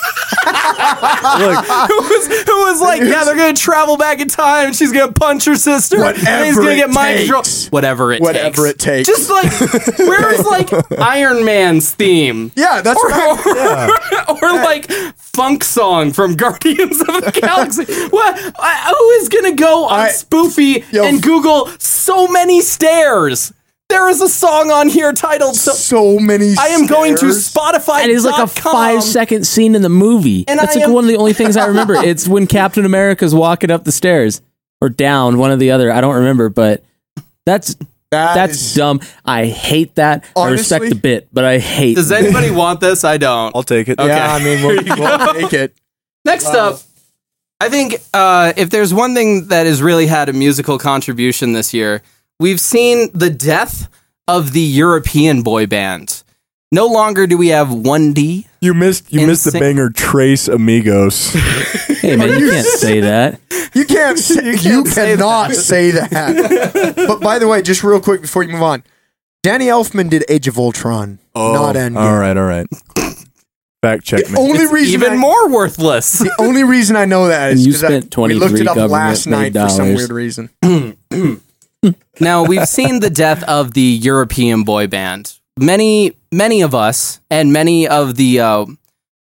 Speaker 1: Look,
Speaker 2: who was who was like, yeah, they're gonna travel back in time. and She's gonna punch her sister. and he's
Speaker 4: Whatever
Speaker 2: gonna
Speaker 4: it
Speaker 2: get mind control.
Speaker 4: takes.
Speaker 2: Whatever it takes.
Speaker 4: Whatever it takes.
Speaker 2: Just like where is
Speaker 4: [laughs]
Speaker 2: like Iron Man's theme? [laughs]
Speaker 4: yeah, that's
Speaker 2: Or,
Speaker 4: right.
Speaker 2: or like funk song from Guardians of
Speaker 4: [laughs]
Speaker 2: the Galaxy. what? I, who is gonna go on
Speaker 4: I-
Speaker 2: Spoofy
Speaker 4: Yo,
Speaker 2: and
Speaker 4: f-
Speaker 2: Google so many stairs? There is a song on here titled "So."
Speaker 4: So many.
Speaker 2: I am going to
Speaker 4: stairs.
Speaker 2: Spotify.
Speaker 3: And it's like a five second scene in the movie.
Speaker 2: And
Speaker 3: That's
Speaker 2: I
Speaker 3: like
Speaker 2: am-
Speaker 3: one of the only things I remember. it's when Captain America's walking up the stairs or down, one or the other. I don't remember, but that's
Speaker 4: That
Speaker 3: that's
Speaker 4: is-
Speaker 3: dumb. I hate that. I respect
Speaker 4: Honestly-
Speaker 3: the bit, but I hate.
Speaker 2: Does
Speaker 3: it.
Speaker 2: anybody want this? I don't.
Speaker 1: I'll take it.
Speaker 4: Yeah, I mean, we'll, we'll take it.
Speaker 2: Next up, I think uh, if there's one thing that has really had a musical contribution this year, we've seen the death of the European boy band. No longer do we have 1D.
Speaker 1: You missed. You missed the
Speaker 2: Insane.
Speaker 1: banger "Trace Amigos."
Speaker 3: Hey man, you can't say that.
Speaker 4: [laughs] You can't. Say, you cannot say that. but by the way, just real quick before you move on, Danny Elfman did Age of Ultron, not Endgame.
Speaker 1: Oh, All right, all right. Fact check me.
Speaker 4: Only reason
Speaker 2: Even
Speaker 4: I-
Speaker 1: [laughs]
Speaker 2: more worthless.
Speaker 4: The only reason I know that is
Speaker 3: And you
Speaker 4: 'cause I-
Speaker 3: spent
Speaker 4: we looked
Speaker 3: 23
Speaker 4: it up
Speaker 3: government
Speaker 4: last night
Speaker 3: made
Speaker 4: for some
Speaker 3: dollars.
Speaker 4: weird reason.
Speaker 2: now we've seen the death of the European boy band. Many, many of us and many of the uh,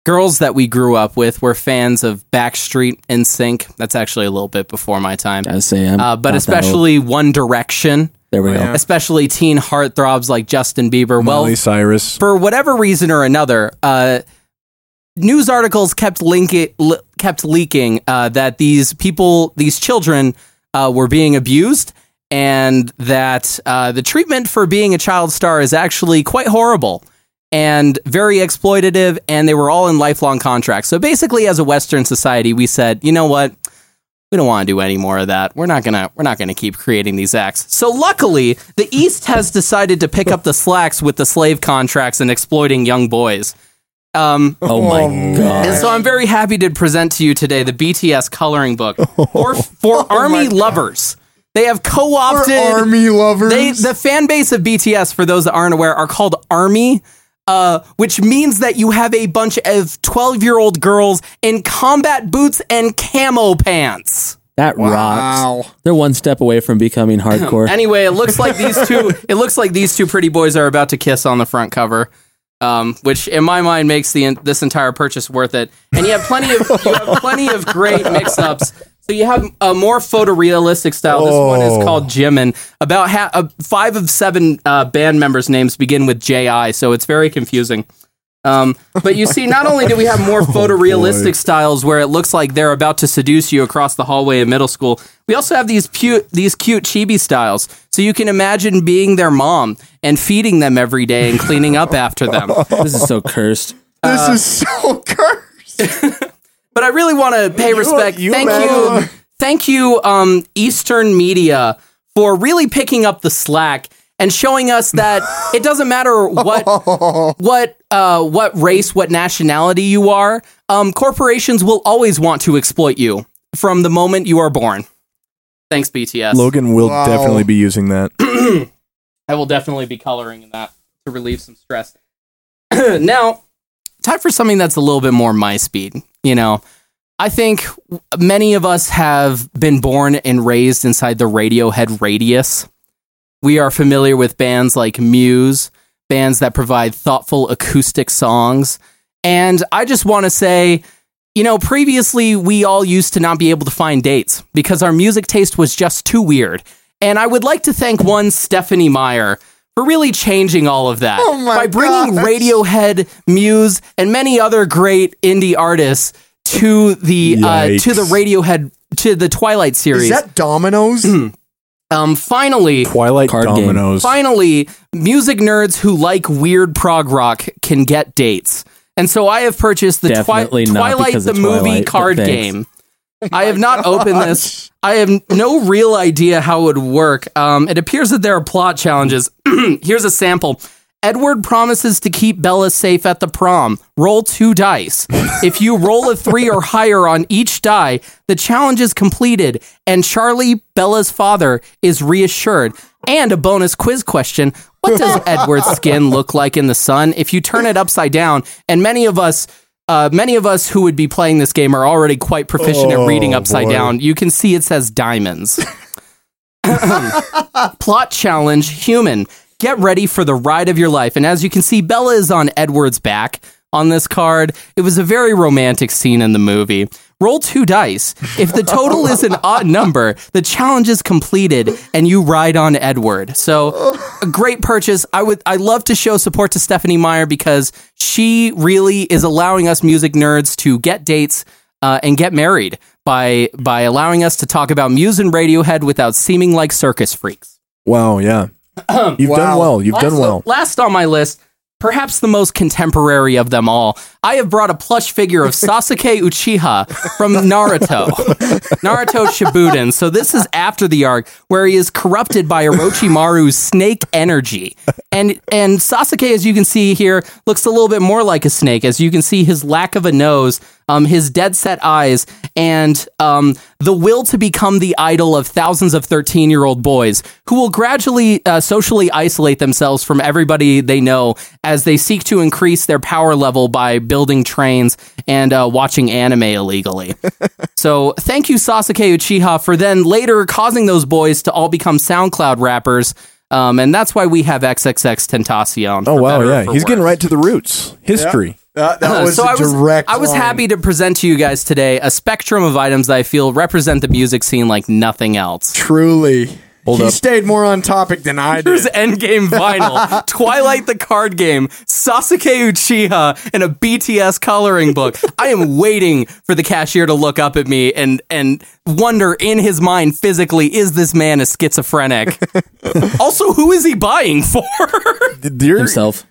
Speaker 2: girls that we grew up with were fans of Backstreet and Sync. That's actually a little bit before my time.
Speaker 3: I say I'm.
Speaker 2: Uh, but
Speaker 3: not that old.
Speaker 2: especially One Direction.
Speaker 3: there we go.
Speaker 4: yeah.
Speaker 2: especially teen heartthrobs like Justin Bieber. Well,
Speaker 1: Miley Cyrus.
Speaker 2: for whatever reason or another, uh, news articles kept linking li- kept leaking uh, that these people, these children, uh, were being abused, and that uh, the treatment for being a child star is actually quite horrible and very exploitative, and they were all in lifelong contracts. So basically, as a Western society, we said, you know what? we don't want to do any more of that. We're not gonna we're not gonna keep creating these acts. So luckily, the East has decided to pick up the slacks with the slave contracts and exploiting young boys. Um,
Speaker 3: Oh my god.
Speaker 2: and so I'm very happy to present to you today the BTS coloring
Speaker 4: [laughs]
Speaker 2: book for
Speaker 4: Oh
Speaker 2: for army lovers. They have co-opted
Speaker 4: army lovers.
Speaker 2: they the fan base of BTS, for those that aren't aware, are called Army, uh, which means that you have a bunch of twelve year old girls in combat boots and camo pants.
Speaker 3: That
Speaker 4: Wow.
Speaker 3: rocks. They're one step away from becoming hardcore.
Speaker 2: [laughs] Anyway, it looks like these two. it looks like these two pretty boys are about to kiss on the front cover. Um, which in my mind makes the this entire purchase worth it, and you have plenty of you have plenty of great mix-ups. So you have a more photorealistic style. This one is called Jimin. About ha- uh, five of seven uh, band members' names begin with J.I., so it's very confusing. Um, but you see, not only do we have more photorealistic styles where it looks like they're about to seduce you across the hallway in middle school, we also have these cute, these cute chibi styles. So you can imagine being their mom and feeding them every day and cleaning up after them.
Speaker 3: This is so cursed.
Speaker 4: this is so [laughs] cursed.
Speaker 2: But I really want to pay respect.
Speaker 1: you
Speaker 2: thank
Speaker 1: man.
Speaker 2: you, thank you, um, Eastern media for really picking up the slack and showing us that it doesn't
Speaker 1: [laughs]
Speaker 2: matter what what uh, what race, what nationality you are. Um, corporations will always want to exploit you from the moment you are born. Thanks, BTS.
Speaker 1: Logan will
Speaker 4: Wow.
Speaker 1: definitely be using that.
Speaker 2: I will definitely be coloring in that to relieve some stress. [clears throat] now, time for something that's a little bit more my speed. You know, I think many of us have been born and raised inside the Radiohead radius. We are familiar with bands like Muse, bands that provide thoughtful acoustic songs. And I just want to say, you know, previously we all used to not be able to find dates because our music taste was just too weird. And I would like to thank one Stephanie Meyer for really changing all of that
Speaker 4: Oh my
Speaker 2: by bringing
Speaker 4: gosh.
Speaker 2: Radiohead, Muse, and many other great indie artists to the uh,
Speaker 1: Yikes.
Speaker 2: to the Radiohead to the Twilight
Speaker 4: Is
Speaker 2: series.
Speaker 4: that Domino's?
Speaker 2: um, finally,
Speaker 1: Twilight
Speaker 3: Card game.
Speaker 1: Dominoes.
Speaker 2: finally, music nerds who like weird prog rock can get dates. And so I have purchased the twi-
Speaker 3: Definitely not
Speaker 2: Twilight
Speaker 3: because
Speaker 2: the
Speaker 3: of Twilight,
Speaker 2: movie
Speaker 3: but
Speaker 2: card
Speaker 3: thanks.
Speaker 2: game. I have not opened this. I have no real idea how it would work. Um, it appears that there are plot challenges. [clears throat] Here's a sample. Edward promises to keep Bella safe at the prom. Roll two dice. If you roll a three or higher on each die, the challenge is completed, and Charlie, Bella's father, is reassured. And a bonus quiz question What does Edward's skin look like in the sun if you turn it upside down? And many of us uh, many of us who would be playing this game are already quite proficient at reading upside down. You can see it says diamonds. [laughs] Plot challenge human. Get ready for the ride of your life. And as you can see, Bella is on Edward's back on this card. It was a very romantic scene in the movie. Roll two dice. If the total is an odd number, the challenge is completed and you ride on Edward. So, a great purchase. I would I love to show support to Stephanie Meyer because she really is allowing us music nerds to get dates uh, and get married by by allowing us to talk about Muse and Radiohead without seeming like circus freaks.
Speaker 1: wow,
Speaker 4: [clears throat]
Speaker 1: yeah. You've done
Speaker 4: Wow.
Speaker 1: well. You've done well.
Speaker 2: Last on my list, perhaps the most contemporary of them all, I have brought a
Speaker 1: [laughs]
Speaker 2: plush figure of Sasuke Uchiha from Naruto, Naruto Shibuden. So this is after the arc where he is corrupted by Orochimaru's snake energy, and and Sasuke, as you can see here, looks a little bit more like a snake. As you can see, his lack of a nose, um, his dead set eyes, and um, the will to become the idol of thousands of 13 year old boys who will gradually uh, socially isolate themselves from everybody they know as they seek to increase their power level by building trains and uh, watching
Speaker 1: [laughs]
Speaker 2: anime illegally. so, thank you, Sasuke Uchiha, for then later causing those boys to all become SoundCloud rappers. Um, and that's why we have XXX Tentacion.
Speaker 1: Oh
Speaker 2: for
Speaker 1: wow,
Speaker 2: better or
Speaker 1: yeah.
Speaker 2: for
Speaker 1: He's getting
Speaker 2: worse.
Speaker 1: right to the roots. History.
Speaker 4: Uh, That, that was
Speaker 2: Uh, so
Speaker 4: a
Speaker 2: I was
Speaker 4: direct.
Speaker 2: I was
Speaker 4: line.
Speaker 2: happy to present to you guys today a spectrum of items that I feel represent the music scene like nothing else.
Speaker 4: Truly,
Speaker 1: Hold
Speaker 4: he
Speaker 1: up.
Speaker 4: stayed more on topic than I
Speaker 2: Here's
Speaker 4: did.
Speaker 2: Endgame [laughs] Vinyl, Twilight the Card Game, Sasuke Uchiha, and a BTS coloring book. I am waiting for the cashier to look up at me and, and wonder in his mind physically, is this man a [laughs] schizophrenic? also, who is he buying for?
Speaker 1: Dear-
Speaker 3: himself.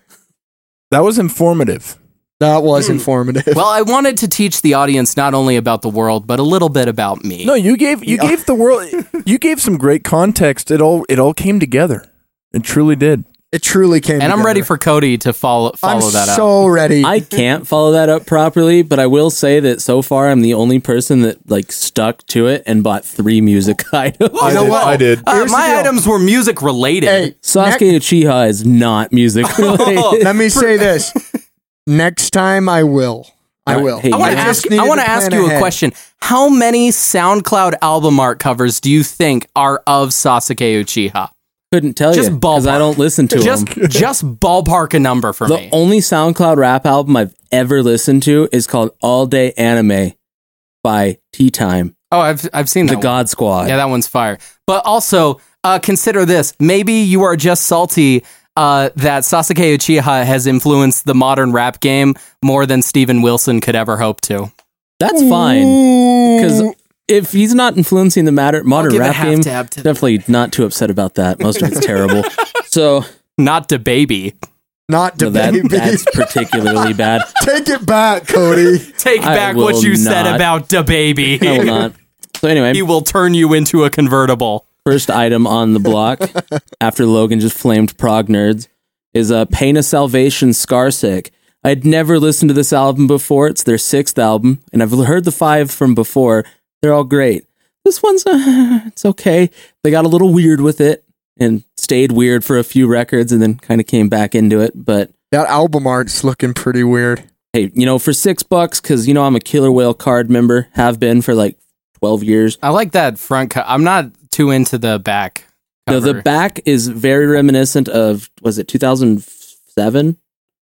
Speaker 1: that was informative.
Speaker 4: That was informative.
Speaker 2: Hmm. well, I wanted to teach the audience not only about the world, but a little bit about me.
Speaker 1: No, you gave you gave the
Speaker 4: [laughs]
Speaker 1: world you gave some great context. It all it all came together. It truly did.
Speaker 4: It truly came.
Speaker 2: and I'm
Speaker 4: together.
Speaker 2: ready for Cody to follow, follow
Speaker 4: I'm
Speaker 2: that up.
Speaker 4: so ready.
Speaker 3: I can't follow that up properly, but I will say that so far I'm the only person that like stuck to it and bought three music [laughs] items.
Speaker 2: Whoa,
Speaker 4: You know
Speaker 1: did-
Speaker 4: what?
Speaker 1: I did.
Speaker 2: Uh,
Speaker 4: Here's the
Speaker 2: my
Speaker 4: deal.
Speaker 2: items were music related.
Speaker 4: Hey,
Speaker 3: Sasuke Uchiha is
Speaker 2: [laughs]
Speaker 3: not music
Speaker 2: Oh,
Speaker 3: related.
Speaker 4: Let me say this. Next time I will. I will.
Speaker 3: Hey,
Speaker 2: I want
Speaker 3: You
Speaker 2: to ask.
Speaker 4: just
Speaker 2: I want
Speaker 4: needed
Speaker 2: to
Speaker 4: to
Speaker 2: ask
Speaker 4: plan
Speaker 2: you a
Speaker 4: ahead.
Speaker 2: question. How many SoundCloud album art covers do you think are of Sasuke Uchiha?
Speaker 3: Couldn't tell
Speaker 2: Just
Speaker 3: you because I
Speaker 2: ballpark.
Speaker 3: don't listen to
Speaker 2: Just,
Speaker 4: [laughs]
Speaker 3: them.
Speaker 2: just ballpark a number for
Speaker 3: The
Speaker 2: me.
Speaker 3: only SoundCloud rap album I've ever listened to is called All Day Anime by Tea Time,
Speaker 2: Oh, I've I've seen
Speaker 3: the
Speaker 2: that.
Speaker 3: God Squad.
Speaker 2: one. Yeah, that one's fire. But also uh, consider this: maybe you are just salty. Uh, that Sasuke Uchiha has influenced the modern rap game more than Steven Wilson could ever hope to.
Speaker 3: That's fine because if he's not influencing the matter, modern
Speaker 2: give it
Speaker 3: rap
Speaker 2: half
Speaker 3: game,
Speaker 2: tab to-
Speaker 3: definitely not too upset about that. Most of
Speaker 2: [laughs]
Speaker 3: it's terrible. So
Speaker 2: Not to baby.
Speaker 4: Not
Speaker 3: no,
Speaker 4: to
Speaker 3: that,
Speaker 4: baby.
Speaker 3: that's particularly [laughs] bad.
Speaker 4: [laughs] Take it
Speaker 2: [laughs]
Speaker 4: back, Cody.
Speaker 2: Take
Speaker 3: I
Speaker 2: back what
Speaker 3: will
Speaker 2: you said
Speaker 3: not.
Speaker 2: about da baby.
Speaker 3: [laughs] I
Speaker 2: [laughs]
Speaker 3: will not. So anyway,
Speaker 2: He will turn you into a convertible.
Speaker 3: first item on the block [laughs] after Logan just flamed prog nerds is a uh, Pain of Salvation Scarsick. I'd never listened to this album before. It's their sixth album, and I've heard the five from before. They're all great. This one's uh, [laughs] it's okay. They got a little weird with it and stayed weird for a few records, and then kind of came back into it. But
Speaker 4: That album art's looking pretty weird.
Speaker 3: hey, you know, for six bucks, because you know I'm a Killer Whale card member, have been for like twelve years.
Speaker 2: I like that front cut. I'm not too into the back.
Speaker 3: No,
Speaker 2: Cover.
Speaker 3: the back is very reminiscent of was it 2007?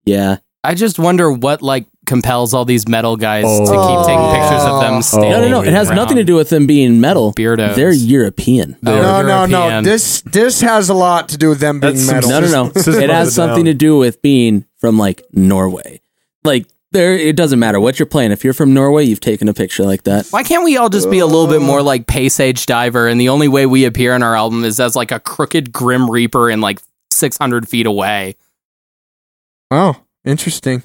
Speaker 3: Yeah.
Speaker 2: I just wonder what like compels all these metal guys to
Speaker 1: Oh.
Speaker 2: keep taking pictures of them standing.
Speaker 3: No, no, no. It has
Speaker 2: Oh, around.
Speaker 3: nothing to do with them being metal.
Speaker 2: Beardos.
Speaker 3: They're European.
Speaker 2: Oh,
Speaker 4: no, no, no.
Speaker 2: European.
Speaker 4: This this has a lot to do with them being
Speaker 1: That's some
Speaker 4: metal.
Speaker 3: No, no, no.
Speaker 1: Just- just
Speaker 3: it
Speaker 1: slow it
Speaker 3: has something
Speaker 1: down.
Speaker 3: to do with being from like Norway. Like there, it doesn't matter what you're playing. If you're from Norway, you've taken a picture like that.
Speaker 2: Why can't we all just be a little bit more like Pace Age Diver? And the only way we appear in our album is as like a crooked Grim Reaper and like 600 feet
Speaker 3: [laughs]
Speaker 2: away.
Speaker 4: Wow, Oh, interesting.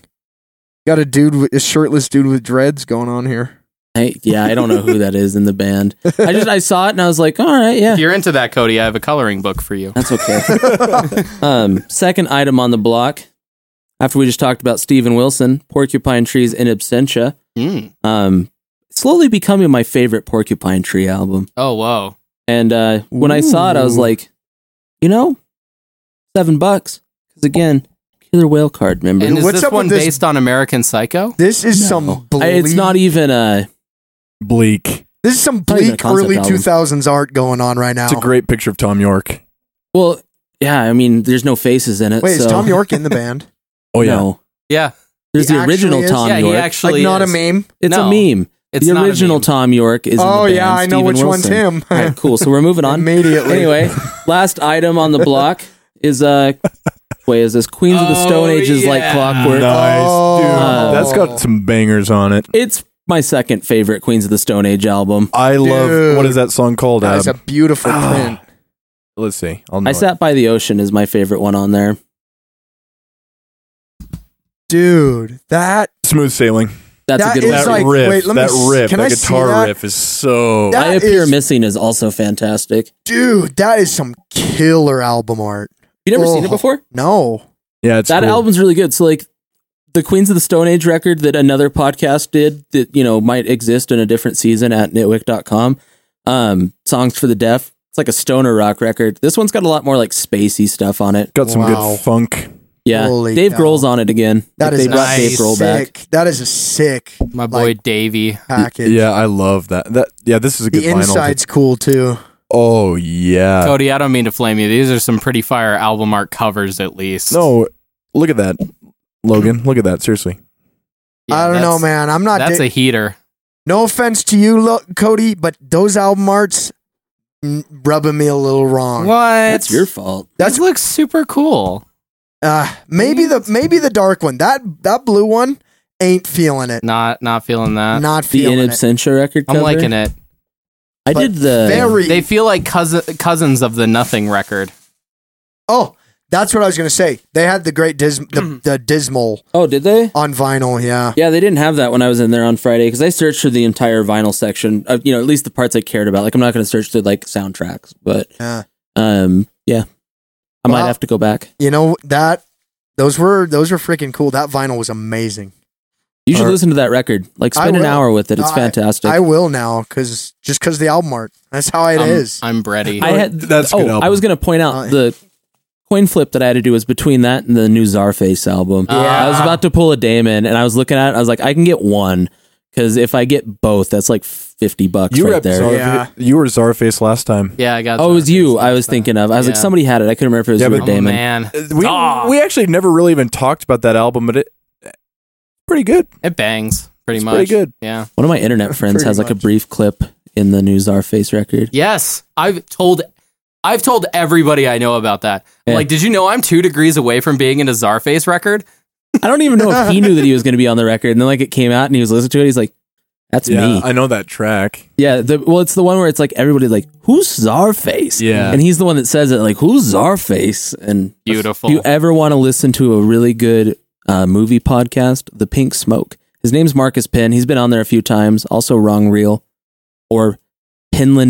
Speaker 4: Got a dude, with, a shirtless dude with dreads going on here.
Speaker 3: I, yeah, I don't know who that is in the band. I just I saw it and I was like, all right, yeah,
Speaker 2: If you're into that, Cody, I have a coloring book for you.
Speaker 3: That's okay. um, second item on the block. After we just talked about Steven Wilson, Porcupine Trees in Absentia,
Speaker 2: Mm.
Speaker 3: um, slowly becoming my favorite Porcupine Tree album.
Speaker 2: Oh, whoa.
Speaker 3: And uh, when I saw it, I was
Speaker 4: Ooh.
Speaker 3: like, you know, seven bucks. Because again, Killer Whale card member.
Speaker 2: And is
Speaker 4: What's
Speaker 2: this
Speaker 4: up with
Speaker 2: one
Speaker 4: this-
Speaker 2: based on American Psycho?
Speaker 4: This is some
Speaker 3: I-
Speaker 4: bleak.
Speaker 3: it's not even uh,
Speaker 1: Bleak.
Speaker 4: This is some
Speaker 3: not even a
Speaker 4: bleak
Speaker 3: concept
Speaker 4: early
Speaker 3: album.
Speaker 4: two thousands art going on right now.
Speaker 1: It's a great picture of Tom York.
Speaker 3: well, yeah. I mean, there's no faces in it.
Speaker 4: Wait,
Speaker 3: so,
Speaker 4: is Tom
Speaker 3: [laughs]
Speaker 4: York in the band?
Speaker 1: Oh yeah.
Speaker 3: No,
Speaker 2: Yeah.
Speaker 3: there's
Speaker 4: He
Speaker 3: the original
Speaker 4: actually is?
Speaker 3: Tom
Speaker 2: yeah,
Speaker 3: York.
Speaker 2: he actually
Speaker 4: like not
Speaker 2: is.
Speaker 4: a meme.
Speaker 3: it's
Speaker 2: No.
Speaker 3: a meme.
Speaker 2: It's
Speaker 3: the
Speaker 2: not a
Speaker 3: original
Speaker 2: meme.
Speaker 3: Tom York is. in
Speaker 4: Oh,
Speaker 3: the band,
Speaker 4: yeah, I know
Speaker 3: Steven
Speaker 4: which one's
Speaker 3: Wilson.
Speaker 4: him.
Speaker 3: All right, cool.
Speaker 4: [laughs]
Speaker 3: So we're moving on.
Speaker 4: Immediately.
Speaker 3: anyway, last item on the block is uh, wait, is this Queens of the Stone
Speaker 2: Oh,
Speaker 3: Age is like
Speaker 2: yeah.
Speaker 3: clockwork.
Speaker 1: Nice,
Speaker 4: Oh.
Speaker 1: dude.
Speaker 4: Uh,
Speaker 1: That's got some bangers on it.
Speaker 3: It's my second favorite Queens of the Stone Age album.
Speaker 1: I love.
Speaker 4: Dude.
Speaker 1: What is that song called?
Speaker 4: That's a
Speaker 1: Ab?
Speaker 4: beautiful
Speaker 3: Ah.
Speaker 4: print.
Speaker 1: Let's see. I'll know
Speaker 3: I
Speaker 1: it.
Speaker 3: sat by the ocean is my favorite one on there.
Speaker 4: Dude, that
Speaker 1: Smooth sailing.
Speaker 3: That's
Speaker 4: That
Speaker 3: a good
Speaker 4: is
Speaker 3: one.
Speaker 1: That
Speaker 4: like-
Speaker 1: riff.
Speaker 4: wait, let me
Speaker 1: that
Speaker 4: s-
Speaker 1: riff.
Speaker 4: can
Speaker 1: that
Speaker 4: I see
Speaker 1: guitar
Speaker 4: that?
Speaker 1: riff is so.
Speaker 4: That
Speaker 3: I appear
Speaker 4: is-
Speaker 3: missing is also fantastic.
Speaker 4: dude, that is some killer album art.
Speaker 3: You never seen
Speaker 4: Oh.
Speaker 3: it before?
Speaker 4: No.
Speaker 1: yeah, it's
Speaker 3: that
Speaker 1: cool.
Speaker 3: album's really good. So like the Queens of the Stone Age record that another podcast did that, you know, might exist in a different season at nitwick.com. Um, Songs for the Deaf. It's like a stoner rock record. This one's got a lot more like spacey stuff on it.
Speaker 1: got some
Speaker 4: Wow.
Speaker 1: good funk.
Speaker 3: Yeah.
Speaker 4: Holy
Speaker 3: Dave
Speaker 4: cow.
Speaker 3: Grohl's on it again. Like,
Speaker 4: That is
Speaker 3: they brought
Speaker 2: nice.
Speaker 3: Dave Grohl back.
Speaker 4: sick. That is a sick
Speaker 2: My boy
Speaker 4: Like-
Speaker 2: Davey.
Speaker 4: package.
Speaker 1: Yeah, I love that. That yeah, this is a good
Speaker 4: the
Speaker 1: vinyl.
Speaker 4: inside's cool too.
Speaker 1: Oh yeah.
Speaker 2: Cody, I don't mean to flame you. These are some pretty fire album art covers, at least.
Speaker 1: No, look at that, Logan. Look at that. Seriously,
Speaker 2: Yeah,
Speaker 4: I don't know,
Speaker 2: that's-
Speaker 4: man. I'm not.
Speaker 2: That's
Speaker 4: di-
Speaker 2: a heater.
Speaker 4: no offense to you, Lo- Cody, but those album arts, n- rubbing me a little wrong.
Speaker 2: What?
Speaker 3: That's your fault.
Speaker 2: That looks super cool.
Speaker 4: Uh, maybe the maybe the dark one. That that blue one ain't feeling it.
Speaker 2: Not not feeling that.
Speaker 4: Not
Speaker 3: The
Speaker 4: feeling
Speaker 3: In
Speaker 4: it.
Speaker 3: Absentia record
Speaker 2: I'm
Speaker 3: cover.
Speaker 2: liking it.
Speaker 3: I
Speaker 4: but
Speaker 3: did the
Speaker 4: Very.
Speaker 2: They feel like cousin, cousins of the Nothing record.
Speaker 4: oh, that's what I was gonna say. They had the great dis the, the dismal
Speaker 3: Oh, did they?
Speaker 4: on vinyl. Yeah.
Speaker 3: Yeah, they didn't have that when I was in there on Friday because I searched through the entire vinyl section. Of, you know, at least the parts I cared about. Like, I'm not going to search through like soundtracks, but
Speaker 4: Yeah.
Speaker 3: um, yeah, I might
Speaker 4: Well-
Speaker 3: have to go back.
Speaker 4: You know that those were those were freaking cool. That vinyl was amazing.
Speaker 3: You should
Speaker 4: Or-
Speaker 3: listen to that record. Like,
Speaker 4: I
Speaker 3: spend an
Speaker 4: will.
Speaker 3: hour with it. It's
Speaker 4: No, I-
Speaker 3: fantastic.
Speaker 4: I will now because just because the album art. That's how it
Speaker 2: I'm,
Speaker 4: is.
Speaker 2: I'm Bretty.
Speaker 3: I had
Speaker 1: That's a
Speaker 3: oh,
Speaker 1: good album.
Speaker 3: I was gonna point out
Speaker 4: Oh, yeah.
Speaker 3: the coin flip that I had to do was between that and the new Zarface album.
Speaker 2: Yeah.
Speaker 3: I was about to pull a Damon, and I was looking at it. I was like, I can get one because if I get both, that's like fifty bucks
Speaker 1: You
Speaker 3: right
Speaker 1: rep
Speaker 3: there.
Speaker 1: Zarf-
Speaker 4: Yeah.
Speaker 1: you were Zarface last time.
Speaker 2: yeah, I got.
Speaker 3: Oh, it was
Speaker 2: that.
Speaker 3: you. I was thinking of. I was like,
Speaker 2: Yeah.
Speaker 3: somebody had it. I couldn't remember if it was
Speaker 1: Yeah,
Speaker 3: you or
Speaker 1: but-
Speaker 2: Oh,
Speaker 3: Damon.
Speaker 2: man,
Speaker 1: Uh, We
Speaker 2: Ah.
Speaker 1: we actually never really even talked about that album, but it pretty good.
Speaker 2: it bangs pretty
Speaker 1: It's
Speaker 2: much.
Speaker 1: pretty good.
Speaker 2: Yeah.
Speaker 3: One of my internet friends
Speaker 4: Pretty
Speaker 3: has like a
Speaker 4: much.
Speaker 3: brief clip in the new Zarface record.
Speaker 2: Yes, I've told. I've told everybody I know about that. I'm
Speaker 3: Yeah.
Speaker 2: Like, did you know I'm two degrees away from being in a Zarface record?
Speaker 3: I don't even know if he knew that he was going to be on the record, and then like it came out, and he was listening to it. He's like, "That's
Speaker 1: yeah,
Speaker 3: me."
Speaker 1: I know that track.
Speaker 3: Yeah, the, well, it's the one where it's like everybody's like, "Who's Zarface?"
Speaker 1: Yeah.
Speaker 3: and he's the one that says it, like, "Who's Zarface?" And
Speaker 2: Beautiful.
Speaker 3: if you ever want to listen to a really good uh, movie podcast, The Pink Smoke. His name's Marcus Penn. He's been on there a few times. Also, Wrong Reel or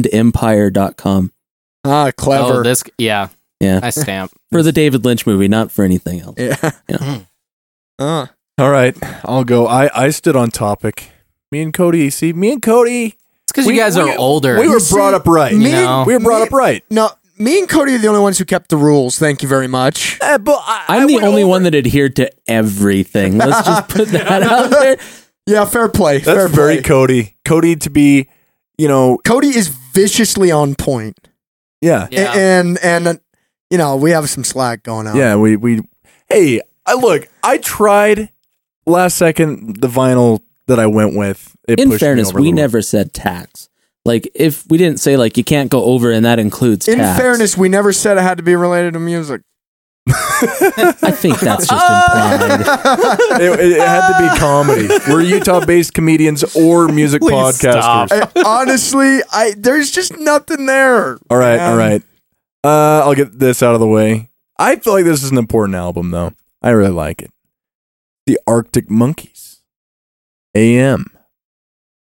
Speaker 3: PinlandEmpire.com
Speaker 4: ah,
Speaker 2: Oh,
Speaker 4: clever.
Speaker 2: this. Yeah.
Speaker 3: Yeah.
Speaker 2: I stamp.
Speaker 3: for the David Lynch movie, not for anything else.
Speaker 4: yeah.
Speaker 3: Oh.
Speaker 4: [laughs]
Speaker 3: Yeah.
Speaker 4: Uh,
Speaker 1: All right, I'll go. I I stood on topic. Me and Cody. See, me and Cody.
Speaker 2: It's because
Speaker 1: We-
Speaker 2: you guys
Speaker 1: we-
Speaker 2: are older.
Speaker 1: We were
Speaker 4: see,
Speaker 1: brought up right.
Speaker 4: me-
Speaker 2: know.
Speaker 1: we were brought
Speaker 4: me-
Speaker 1: up right.
Speaker 4: no, me and Cody are the only ones who kept the rules. Thank you very much.
Speaker 1: Eh, but I, I
Speaker 3: I'm the
Speaker 1: went
Speaker 3: only
Speaker 1: over-
Speaker 3: one that adhered to everything.
Speaker 1: [laughs]
Speaker 3: Let's just put that out there.
Speaker 4: Yeah, fair play.
Speaker 1: That's
Speaker 4: fair
Speaker 1: very
Speaker 4: play.
Speaker 1: Cody. Cody to be, you know,
Speaker 4: Cody is viciously on point.
Speaker 1: yeah,
Speaker 2: Yeah.
Speaker 4: And and uh, you know, we have some slack going on.
Speaker 1: yeah. We we. Hey, I look. I tried last second the vinyl that I went with. It
Speaker 3: In
Speaker 1: pushed me
Speaker 3: fairness,
Speaker 1: over a
Speaker 3: we
Speaker 1: little.
Speaker 3: never said tax. Like, if we didn't say like you can't go over, and that includes
Speaker 4: In
Speaker 3: tax.
Speaker 4: fairness, we never said it had to be related to music.
Speaker 3: I
Speaker 4: [laughs]
Speaker 3: think that's just implied.
Speaker 1: it, it, it had to be comedy. We're Utah-based comedians or music
Speaker 2: Please
Speaker 1: podcasters. [laughs]
Speaker 2: stop.
Speaker 4: I- honestly, I there's just nothing there.
Speaker 1: All right,
Speaker 4: man.
Speaker 1: all right. Uh, I'll get this out of the way. I feel like this is an important album, though. I really like it. The Arctic Monkeys, AM.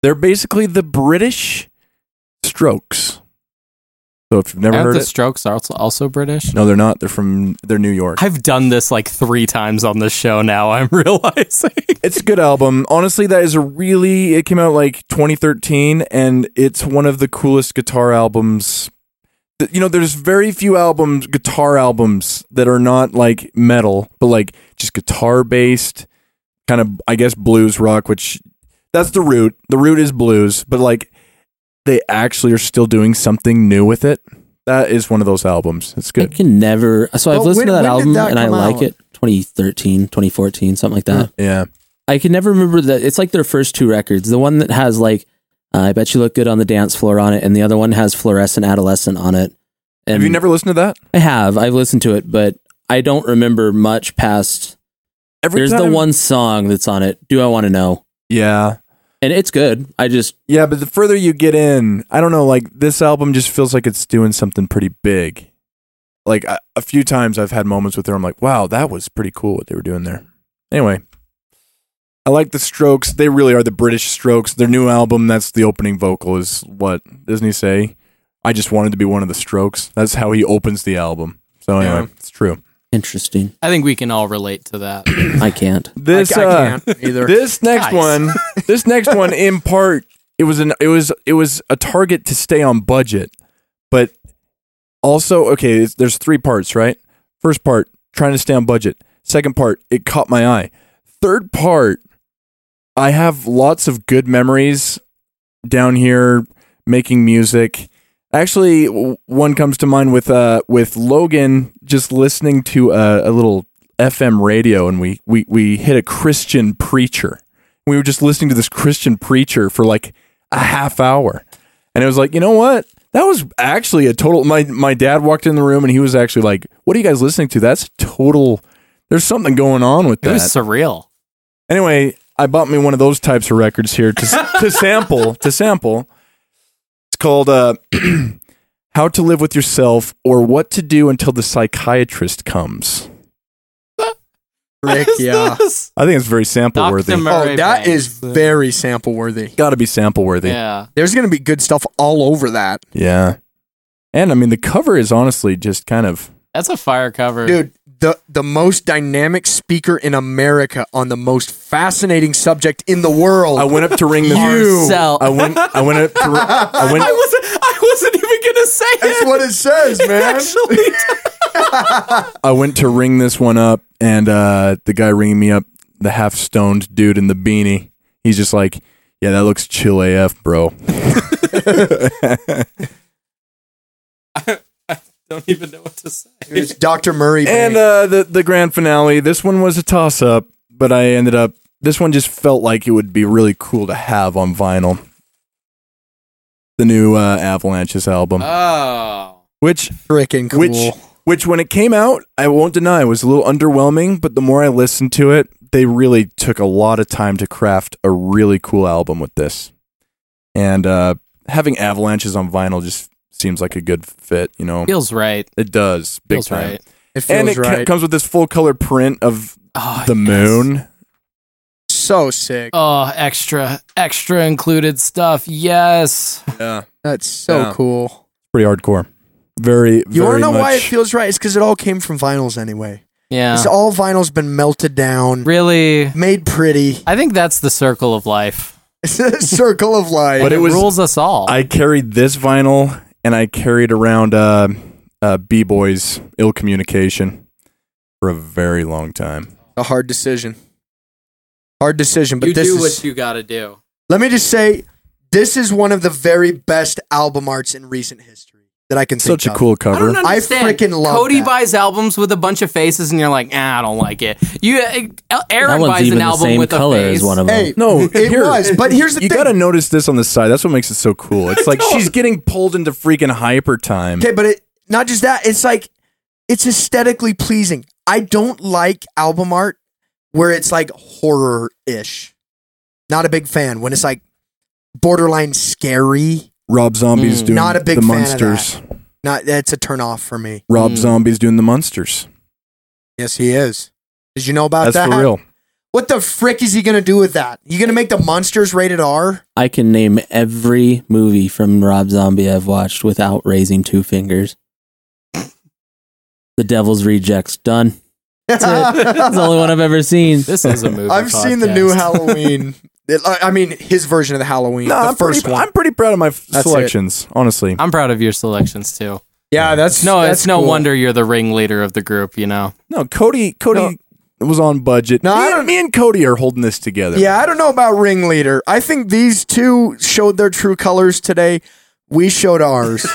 Speaker 1: They're basically the British Strokes. So if you've never
Speaker 2: Aren't
Speaker 1: heard
Speaker 2: the
Speaker 1: it,
Speaker 2: Strokes are also- also British?
Speaker 1: no, they're not. They're from they're New York.
Speaker 2: I've done this like three times on this show now, I'm [laughs] realizing.
Speaker 1: It's a good album. Honestly, that is a really. It came out like 2013, and it's one of the coolest guitar albums. Th- You know, there's very few albums, guitar albums, that are not like metal, but like just guitar based, kind of, I guess, blues rock, which that's the root. The root is blues, but like they actually are still doing something new with it. That is one of those albums. It's
Speaker 3: I
Speaker 1: good.
Speaker 3: can never. So I've
Speaker 4: But
Speaker 3: listened to
Speaker 4: when-
Speaker 3: that
Speaker 4: when
Speaker 3: album
Speaker 4: did that
Speaker 3: and I
Speaker 4: come
Speaker 3: like
Speaker 4: out?
Speaker 3: it. 2013, 2014, something like that.
Speaker 1: Yeah.
Speaker 3: I can never remember that. It's like their first two records. The one that has like, uh, I bet you look good on the dance floor on it, and the other one has fluorescent adolescent on it. And
Speaker 1: Have you never listened to that?
Speaker 3: I have. I've listened to it, but I don't remember much past.
Speaker 1: Every
Speaker 3: There's the
Speaker 1: time-
Speaker 3: one song that's on it. Do I want to know?
Speaker 1: Yeah.
Speaker 3: And it's good. I just
Speaker 1: Yeah, but the further you get in, I don't know, like this album just feels like it's doing something pretty big. Like a, a few times I've had moments with her, I'm like, wow, that was pretty cool what they were doing there. Anyway, I like the strokes. They really are the British strokes. Their new album, that's the opening vocal, is what? Doesn't he say? I just wanted to be one of the strokes. That's how he opens the album. So anyway,
Speaker 4: Yeah.
Speaker 1: it's true.
Speaker 3: interesting.
Speaker 2: I think we can all relate to that.
Speaker 3: I can't.
Speaker 1: This
Speaker 4: I,
Speaker 1: uh,
Speaker 4: I can't [laughs] either.
Speaker 1: This next
Speaker 2: Guys.
Speaker 1: one, this next one, in part, it was an it was it was a target to stay on budget, but also okay. It's, there's three parts, right? First part, trying to stay on budget. Second part, it caught my eye. Third part, I have lots of good memories down here making music. Actually, w- one comes to mind with uh with Logan just listening to a, a little FM radio, and we we we hit a Christian preacher. We were just listening to this Christian preacher for like a half hour, and it was like, you know what? That was actually a total. My my dad walked in the room and he was actually like, "What are you guys listening to? That's total. There's something going on with
Speaker 2: It
Speaker 1: that."
Speaker 2: was surreal.
Speaker 1: anyway, I bought me one of those types of records here to
Speaker 2: [laughs]
Speaker 1: to sample to sample. It's called uh, [clears throat] "How to Live with Yourself" or "What to Do Until the Psychiatrist Comes."
Speaker 4: Rick, yeah.
Speaker 2: This?
Speaker 1: I think it's very sample worthy.
Speaker 2: Dr. Murray
Speaker 4: [laughs] Oh, that
Speaker 2: Banks.
Speaker 4: is very sample worthy.
Speaker 1: Got to be sample worthy.
Speaker 2: Yeah.
Speaker 4: There's going to be good stuff all over that.
Speaker 1: Yeah. And I mean, the cover is honestly just kind of.
Speaker 2: That's a fire cover.
Speaker 4: Dude, the the most dynamic speaker in America on the most fascinating subject in the world.
Speaker 1: I went up to ring the.
Speaker 2: Marcel.
Speaker 1: I went. I went up to. ri-
Speaker 2: [laughs]
Speaker 1: I went.
Speaker 2: I wasn't I wasn't even gonna say
Speaker 4: That's
Speaker 2: it. [laughs]
Speaker 4: what
Speaker 1: [laughs]
Speaker 4: it says, man.
Speaker 2: Actually,
Speaker 1: I went to ring this one up, and uh, the guy ringing me up, the half stoned dude in the beanie, he's just like, "Yeah, that looks chill AF, bro." [laughs]
Speaker 2: don't even know what to say.
Speaker 4: It's Dr. Murray.
Speaker 1: and
Speaker 4: Banks.
Speaker 1: uh, the the grand finale. This one was a toss up, but I ended up. This one just felt like it would be really cool to have on vinyl. The new uh, Avalanches album,
Speaker 2: Oh.
Speaker 1: which
Speaker 4: freaking cool.
Speaker 1: Which, which when it came out, I won't deny, was a little underwhelming. But the more I listened to it, they really took a lot of time to craft a really cool album with this. And uh, having Avalanches on vinyl just seems like a good fit. You know,
Speaker 2: Feels right.
Speaker 1: it does big
Speaker 2: Feels
Speaker 1: time.
Speaker 2: right.
Speaker 4: it feels
Speaker 1: And it co-
Speaker 4: right.
Speaker 1: comes with this full color print of
Speaker 2: Oh,
Speaker 1: the
Speaker 2: yes.
Speaker 1: moon.
Speaker 4: so sick.
Speaker 2: Oh, extra, extra included stuff. Yes.
Speaker 1: Yeah,
Speaker 4: That's so
Speaker 1: yeah.
Speaker 4: cool.
Speaker 1: pretty hardcore. Very,
Speaker 4: You want
Speaker 1: very
Speaker 4: to know
Speaker 1: much.
Speaker 4: why it feels right? It's because it all came from vinyls anyway.
Speaker 2: Yeah.
Speaker 4: It's all vinyls been melted down,
Speaker 2: really,
Speaker 4: made pretty. [laughs]
Speaker 2: I think that's the circle of life.
Speaker 4: It's a circle of life.
Speaker 1: But it
Speaker 2: It,
Speaker 1: was-
Speaker 2: rules us all.
Speaker 1: I carried this vinyl and I carried around uh, uh, B Boy's Ill Communication for a very long time.
Speaker 4: a hard decision. Hard decision, but this is
Speaker 2: you gotta do.
Speaker 4: Let me just say, this is one of the very best album arts in recent history that I can think
Speaker 1: Such a
Speaker 4: of.
Speaker 1: cool cover.
Speaker 4: I freaking love
Speaker 2: Cody
Speaker 4: that.
Speaker 2: buys albums with a bunch of faces, and you're like, ah, I don't like it. You, uh,
Speaker 3: That
Speaker 2: [clears throat] Aaron
Speaker 3: one's
Speaker 2: buys
Speaker 3: even
Speaker 2: an
Speaker 3: the
Speaker 2: album
Speaker 3: same
Speaker 2: with
Speaker 3: color
Speaker 2: a face.
Speaker 3: as one of them.
Speaker 4: Hey,
Speaker 1: No,
Speaker 4: [laughs] it
Speaker 1: here-
Speaker 4: was. But here's the
Speaker 1: You
Speaker 4: thing.
Speaker 1: gotta notice this on the side. That's what makes it so
Speaker 4: [laughs]
Speaker 1: cool. It's like she's getting pulled into freaking hyper time.
Speaker 4: okay, but it not just that. It's like it's aesthetically pleasing. I don't like album art where it's like horror ish. Not a big fan when it's like borderline scary.
Speaker 1: Rob Zombie's
Speaker 2: Mm.
Speaker 1: doing
Speaker 4: Not a big
Speaker 1: the
Speaker 4: fan of
Speaker 1: monsters.
Speaker 4: Not that's a turn off for me.
Speaker 1: Rob
Speaker 2: Mm.
Speaker 1: Zombie's doing the monsters.
Speaker 4: Yes, he is. Did you know about
Speaker 1: That's
Speaker 4: that?
Speaker 1: for real.
Speaker 4: What the frick is he gonna do with that? You gonna make the monsters rated R?
Speaker 3: I can name every movie from Rob Zombie I've watched without raising two fingers. the Devil's Rejects. Done. [laughs]
Speaker 4: [laughs]
Speaker 3: That's That's the only one I've ever
Speaker 2: [laughs]
Speaker 3: seen.
Speaker 2: This is a movie.
Speaker 4: I've seen the new
Speaker 2: podcast.
Speaker 4: Halloween. It- I I mean, his version of the Halloween,
Speaker 1: No,
Speaker 4: the
Speaker 1: I'm,
Speaker 4: first
Speaker 1: pretty,
Speaker 4: one.
Speaker 1: I'm pretty proud of my f-
Speaker 4: That's it.
Speaker 1: selections, honestly.
Speaker 2: [laughs] I'm proud of your selections too.
Speaker 4: yeah, that's
Speaker 2: No,
Speaker 4: that's
Speaker 2: it's no
Speaker 4: cool.
Speaker 2: wonder you're the ringleader of the group. You know.
Speaker 1: no, Cody Cody was on budget.
Speaker 4: No,
Speaker 1: me,
Speaker 4: I
Speaker 1: and-
Speaker 4: don't-
Speaker 1: me and Cody are holding this together.
Speaker 4: Yeah, I don't know about ringleader. I think these two showed their true colors today. We showed ours.
Speaker 3: [laughs]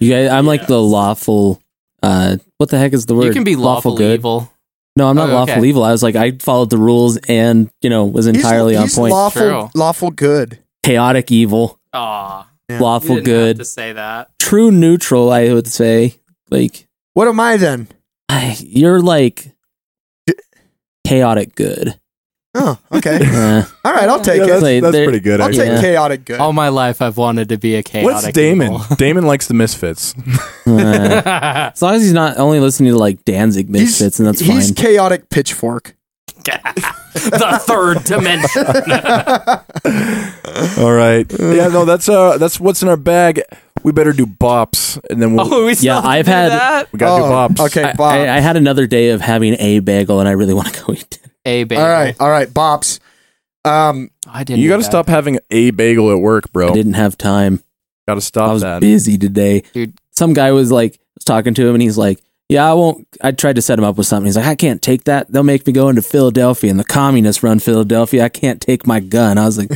Speaker 3: You guys, I'm like the lawful. Uh, what the heck is the word?
Speaker 2: You can be lawful, evil.
Speaker 3: No, I'm not
Speaker 2: Oh,
Speaker 3: lawful
Speaker 2: okay.
Speaker 3: evil. I was like, I followed the rules and you know was
Speaker 4: He's-
Speaker 3: entirely
Speaker 4: he's,
Speaker 3: on point.
Speaker 4: Lawful,
Speaker 2: True.
Speaker 4: lawful good.
Speaker 3: Chaotic evil,
Speaker 2: Aw,
Speaker 4: Yeah.
Speaker 2: you
Speaker 3: lawful
Speaker 2: didn't
Speaker 3: good,
Speaker 2: have to say that.
Speaker 3: true neutral. I would say, like
Speaker 4: What am I then?
Speaker 3: I, [sighs] you're like chaotic good.
Speaker 4: Oh,
Speaker 3: [laughs]
Speaker 4: okay.
Speaker 3: Uh,
Speaker 4: All right, I'll take
Speaker 1: Yeah,
Speaker 4: it.
Speaker 1: that's,
Speaker 3: Like,
Speaker 1: that's
Speaker 3: they're-
Speaker 1: pretty good.
Speaker 4: I'll
Speaker 1: Actually.
Speaker 4: take
Speaker 3: Yeah.
Speaker 4: chaotic good.
Speaker 2: All my life, I've wanted to be a chaotic.
Speaker 1: What's Damon?
Speaker 3: [laughs]
Speaker 2: evil.
Speaker 1: Damon likes the Misfits.
Speaker 3: uh, as long as he's not only listening to like Danzig
Speaker 4: he's,
Speaker 3: misfits, and that's
Speaker 4: he's
Speaker 3: fine.
Speaker 4: chaotic pitchfork.
Speaker 2: [laughs] the third dimension. [laughs]
Speaker 1: All right. Yeah, no, that's uh that's what's in our bag. We better do bops and then we'll,
Speaker 2: Oh, we still
Speaker 3: Yeah,
Speaker 2: have to
Speaker 3: I've
Speaker 2: do
Speaker 3: had-
Speaker 2: that?
Speaker 1: we gotta
Speaker 4: Oh,
Speaker 1: do bops.
Speaker 4: Okay,
Speaker 3: I,
Speaker 4: Bob.
Speaker 3: I, I had another day of having a bagel, and I really want to go eat. dinner.
Speaker 2: a baby.
Speaker 4: all right, all right, Bob's. Um,
Speaker 2: I didn't.
Speaker 1: You
Speaker 2: do
Speaker 1: gotta
Speaker 2: that.
Speaker 1: stop having a bagel at work,
Speaker 3: I
Speaker 1: bro.
Speaker 3: didn't have time.
Speaker 1: Gotta
Speaker 3: I
Speaker 1: stop
Speaker 3: was
Speaker 1: that.
Speaker 3: busy today.
Speaker 2: Dude.
Speaker 3: Some guy was like, I was talking to him, and he's like, "Yeah, I won't." I tried to set him up with something. He's like, "I can't take that. They'll make me go into Philadelphia, and the communists run Philadelphia. I can't take my gun." I was like,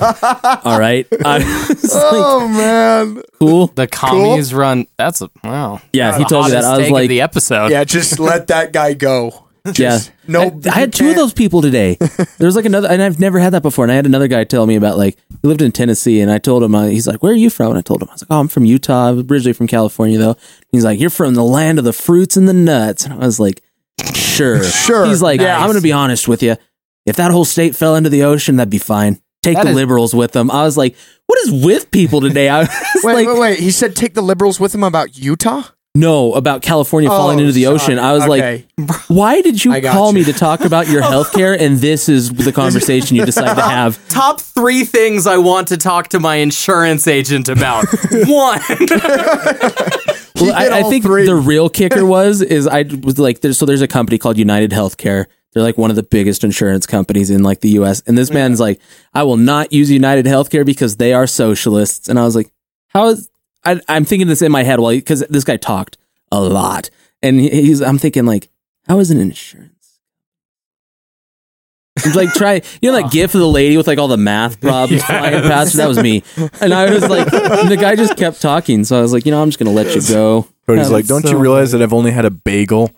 Speaker 3: "All right, I
Speaker 2: [laughs]
Speaker 3: was like,
Speaker 4: oh man,
Speaker 3: cool."
Speaker 2: The commies run. That's a wow.
Speaker 3: Yeah, he
Speaker 2: The
Speaker 3: told me that.
Speaker 2: hottest
Speaker 3: I was
Speaker 2: take of
Speaker 3: like,
Speaker 2: the episode.
Speaker 4: Yeah, just let that guy go.
Speaker 3: Just
Speaker 4: no,
Speaker 3: I, I had
Speaker 4: you
Speaker 3: two of
Speaker 4: can't.
Speaker 3: those people
Speaker 4: [laughs]
Speaker 3: today. There was like another, and I've never had that before. And I had another guy tell me about like he lived in Tennessee, and I told him, uh, he's like, "Where are you from?" And I told him, I was like, "Oh, I'm from Utah. I was originally from California, though." He's like, "You're from the land of the fruits and the nuts," and I was like, "Sure,
Speaker 4: [laughs] Sure.
Speaker 3: He's like, "Yeah, I'm
Speaker 2: Nice.
Speaker 3: going to be honest with you. If that whole state fell into the ocean, that'd be fine. Take
Speaker 2: That
Speaker 3: the
Speaker 2: is-
Speaker 3: liberals with them." I was like, "What is with people today?" I was
Speaker 4: Wait,
Speaker 3: like,
Speaker 4: wait, wait. He said take the liberals with him about Utah?
Speaker 3: "No, about California falling
Speaker 4: Oh,
Speaker 3: into the
Speaker 4: sorry.
Speaker 3: ocean." I was like.
Speaker 4: Okay.
Speaker 3: [laughs] Why did you
Speaker 4: I got
Speaker 3: call
Speaker 4: you.
Speaker 3: me to talk about
Speaker 4: [laughs]
Speaker 3: your healthcare and this is the conversation you decide to have?
Speaker 2: Top three things I want to talk to my insurance agent about.
Speaker 3: [laughs]
Speaker 2: One,
Speaker 3: Well,
Speaker 4: did
Speaker 3: I, I
Speaker 4: all
Speaker 3: think
Speaker 4: three.
Speaker 3: the real
Speaker 4: [laughs]
Speaker 3: kicker was is I was like there's so there's a company called United Healthcare. They're like one of the biggest insurance companies in like the US. And
Speaker 4: Oh,
Speaker 3: this man's like, I will not use United Healthcare because they are socialists. And I was like, how is I, I'm thinking this in my head while because this guy talked a lot. And he- he's I'm thinking like, how is an insurance? It's like try you know
Speaker 2: [laughs]
Speaker 3: that gif of the lady with like all the math problems flying past her? That was me. And I was like and the guy just kept talking, so I was like, you know, I'm just gonna let you go.
Speaker 1: But he's
Speaker 3: Yeah,
Speaker 1: like,
Speaker 3: that's
Speaker 1: don't you
Speaker 3: so
Speaker 1: realize that I've only had a bagel?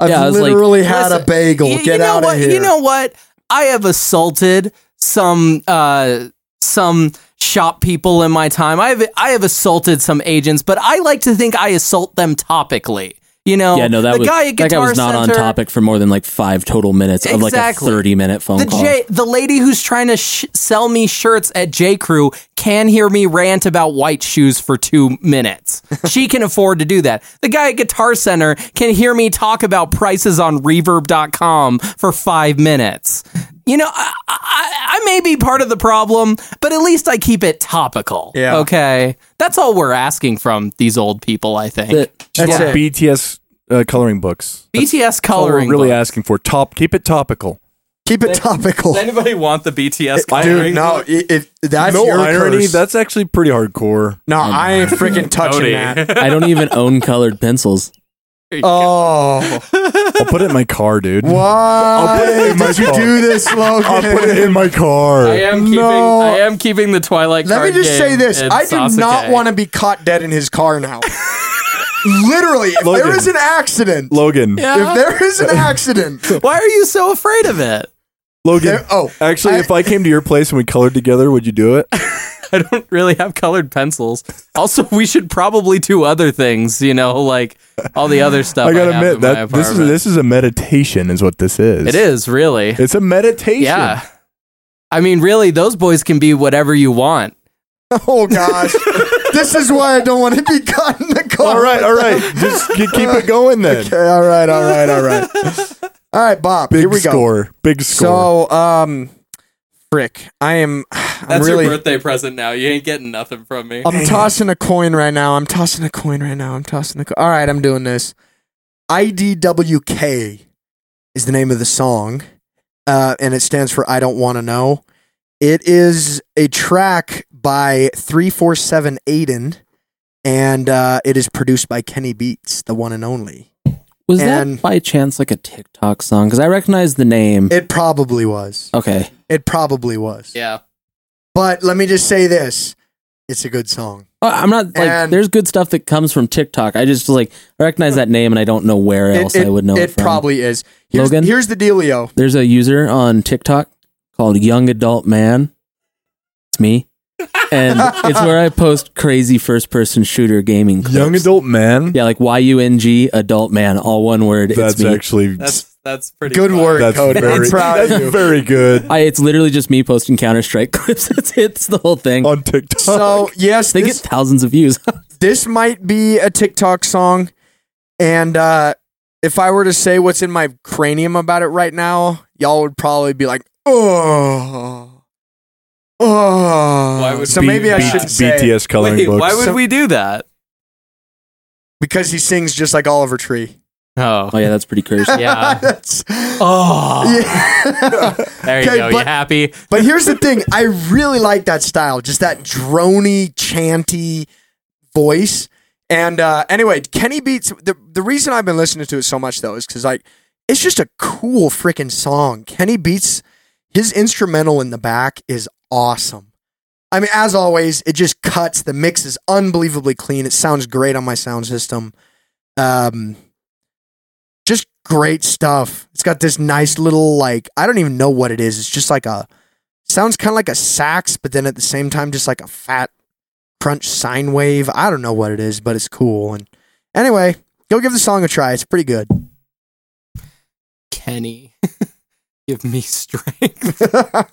Speaker 4: I've
Speaker 3: Yeah, I was like,
Speaker 4: literally had a
Speaker 2: listen,
Speaker 4: bagel.
Speaker 2: you,
Speaker 4: Get
Speaker 2: you know
Speaker 4: out
Speaker 2: what?
Speaker 4: of here.
Speaker 2: You know what? I have assaulted some uh, some shop people in my time. I have I have assaulted some agents, but I like to think I assault them topically. You know,
Speaker 3: Yeah, no, that
Speaker 2: the
Speaker 3: was
Speaker 2: guy at
Speaker 3: that guy
Speaker 2: Guitar
Speaker 3: was not
Speaker 2: Center-
Speaker 3: on topic for more than like five total minutes of like a
Speaker 2: Exactly.
Speaker 3: thirty minute phone
Speaker 2: The
Speaker 3: call.
Speaker 2: J, the lady who's trying to sh- sell me shirts at J Crew can hear me rant about white shoes for two
Speaker 1: [laughs]
Speaker 2: minutes. she can afford to do that. The guy at Guitar Center can hear me talk about prices on Reverb.com for five minutes. You know, I, I, I may be part of the problem, but at least I keep it topical.
Speaker 4: Yeah.
Speaker 2: Okay, that's all we're asking from these old people. I think
Speaker 3: But-
Speaker 4: That's
Speaker 2: Yeah.
Speaker 4: it.
Speaker 1: BTS uh, coloring books.
Speaker 2: BTS
Speaker 1: That's all we're
Speaker 2: coloring.
Speaker 1: really
Speaker 2: book.
Speaker 1: asking for. Top, keep it topical.
Speaker 4: Keep it topical.
Speaker 2: Does anybody want the BTS
Speaker 4: [laughs] Dude, no, it, it, that's
Speaker 1: no
Speaker 4: your
Speaker 1: irony.
Speaker 4: curse.
Speaker 1: That's Oh actually pretty hardcore.
Speaker 4: no, I ain't freaking touching
Speaker 1: [laughs]
Speaker 4: that.
Speaker 3: I don't even own colored pencils.
Speaker 4: Oh,
Speaker 1: I'll put it in my car, dude. put it
Speaker 4: why
Speaker 1: in my
Speaker 4: did you
Speaker 1: phone.
Speaker 4: do this, Logan?
Speaker 1: I'll put
Speaker 4: [laughs]
Speaker 1: it in my car.
Speaker 2: I am keeping.
Speaker 4: No.
Speaker 2: I am keeping the Twilight.
Speaker 4: Let me
Speaker 2: card
Speaker 4: just say
Speaker 2: game
Speaker 4: this:
Speaker 2: and
Speaker 4: I do
Speaker 2: Sasuke.
Speaker 4: not want to be caught dead in his
Speaker 1: [laughs]
Speaker 4: car now. Literally, if
Speaker 1: Logan.
Speaker 4: there is an accident,
Speaker 1: Logan.
Speaker 2: Yeah?
Speaker 4: if
Speaker 1: [laughs]
Speaker 4: there is an accident,
Speaker 2: Why are you so afraid of it?
Speaker 1: Logan.
Speaker 4: there, oh,
Speaker 1: Actually,
Speaker 4: I-
Speaker 1: if I came to your place and we colored together, would you do it?
Speaker 2: [laughs] I don't really have colored pencils. Also, we should probably do other things. You know, like all the other stuff.
Speaker 1: I gotta
Speaker 2: have
Speaker 1: admit
Speaker 2: in my
Speaker 1: that this is
Speaker 2: apartment.
Speaker 1: this is a meditation, is what this is.
Speaker 2: It is really.
Speaker 1: It's a meditation.
Speaker 2: Yeah. I mean, really, those boys can be whatever you want.
Speaker 4: oh gosh, this is why I don't want to be caught in the car.
Speaker 1: Oh, All right, all [laughs] right. Just ke- keep it going then.
Speaker 4: Okay, all right, all right,
Speaker 1: [laughs]
Speaker 4: all right, all right, Bob.
Speaker 1: Big
Speaker 4: here we go.
Speaker 1: score. Big score.
Speaker 4: So, um, frick, I am. [sighs] I'm really. Um,
Speaker 2: birthday present now. You ain't getting nothing from me.
Speaker 4: I'm tossing a coin right now. I'm tossing a coin right now. I'm tossing a coin. All right, I'm doing this. IDWK is the name of the song, uh, and it stands for I Don't Want to Know. It is a track by 347 Aiden, and uh, it is produced by Kenny Beats, the one and only.
Speaker 3: Was
Speaker 4: And-
Speaker 3: that by chance like a TikTok song? Because I recognize the name.
Speaker 4: It probably was.
Speaker 3: okay,
Speaker 4: It probably was.
Speaker 2: yeah.
Speaker 4: But let me just say this it's a good song.
Speaker 3: Uh, I'm not like
Speaker 4: And-
Speaker 3: there's good stuff that comes from TikTok. I just like I recognize that name and I don't know where else I would know it,
Speaker 4: it
Speaker 3: from.
Speaker 4: probably is. Here's,
Speaker 3: Logan?
Speaker 4: here's the
Speaker 3: [laughs]
Speaker 4: dealio.
Speaker 3: There's a user on TikTok called Young Adult Man. It's [laughs] me. And it's where I post crazy first person shooter gaming clips.
Speaker 1: Young adult man.
Speaker 3: Yeah, like Y U N G adult man, all one word.
Speaker 1: that's
Speaker 3: it's me.
Speaker 1: actually
Speaker 2: that's pretty
Speaker 4: Good work,
Speaker 1: that's
Speaker 4: Cody.
Speaker 1: very,
Speaker 4: I'm proud of
Speaker 1: that's
Speaker 4: you.
Speaker 1: very good
Speaker 3: I, it's literally just me posting Counter Strike [laughs] clips. It's, it's the whole thing.
Speaker 1: on TikTok.
Speaker 4: So yes,
Speaker 3: they
Speaker 4: this,
Speaker 3: get thousands of views. [laughs]
Speaker 4: this might be a TikTok song, and uh, if I were to say what's in my cranium about it right now, y'all would probably be like, "Oh, oh."
Speaker 2: Why would
Speaker 4: so
Speaker 2: B-
Speaker 4: maybe I
Speaker 2: B-
Speaker 4: shouldn't say it,
Speaker 1: BTS coloring
Speaker 2: Wait,
Speaker 1: books.
Speaker 2: why would
Speaker 4: So-
Speaker 2: we do that?
Speaker 4: because he sings just like Oliver Tree.
Speaker 2: Oh.
Speaker 3: oh, yeah, that's pretty
Speaker 4: [laughs]
Speaker 3: cursed.
Speaker 2: Yeah. [laughs]
Speaker 4: That's-
Speaker 2: Oh.
Speaker 4: yeah. [laughs]
Speaker 2: There you
Speaker 4: Okay,
Speaker 2: go. you
Speaker 4: but-
Speaker 2: happy?
Speaker 4: But here's the thing: I really like that style, just that drony, chanty voice. And uh, anyway, Kenny Beats. The the reason I've been listening to it so much though is because like it's just a cool freaking song. Kenny Beats, his instrumental in the back is awesome. I mean, as always, it just cuts. The mix is unbelievably clean. It sounds great on my sound system. Um, just great stuff. It's got this nice little like I don't even know what it is. It's just like a sounds kind of like a sax, but then at the same time just like a fat crunch sine wave. I don't know what it is, but it's cool. And anyway, go give the song a try. It's pretty good.
Speaker 2: Kenny, [laughs] give me strength. [laughs]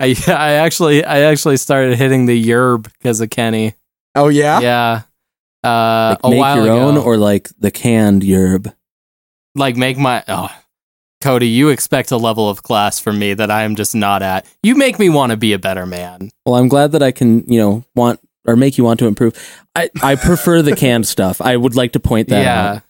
Speaker 2: I, I actually I actually started hitting the yerb because of Kenny.
Speaker 4: oh yeah,
Speaker 2: Yeah. Uh,
Speaker 3: Like,
Speaker 2: a
Speaker 3: make
Speaker 2: while
Speaker 3: your
Speaker 2: ago.
Speaker 3: own or like the canned yerb.
Speaker 2: like make my oh Cody, you expect a level of class from me that I am just not at. You make me want to be a better man.
Speaker 3: Well, I'm glad that I can, you know, want or make you want to improve. I, I prefer
Speaker 2: [laughs]
Speaker 3: the canned stuff. I would like to point that
Speaker 2: yeah.
Speaker 3: out.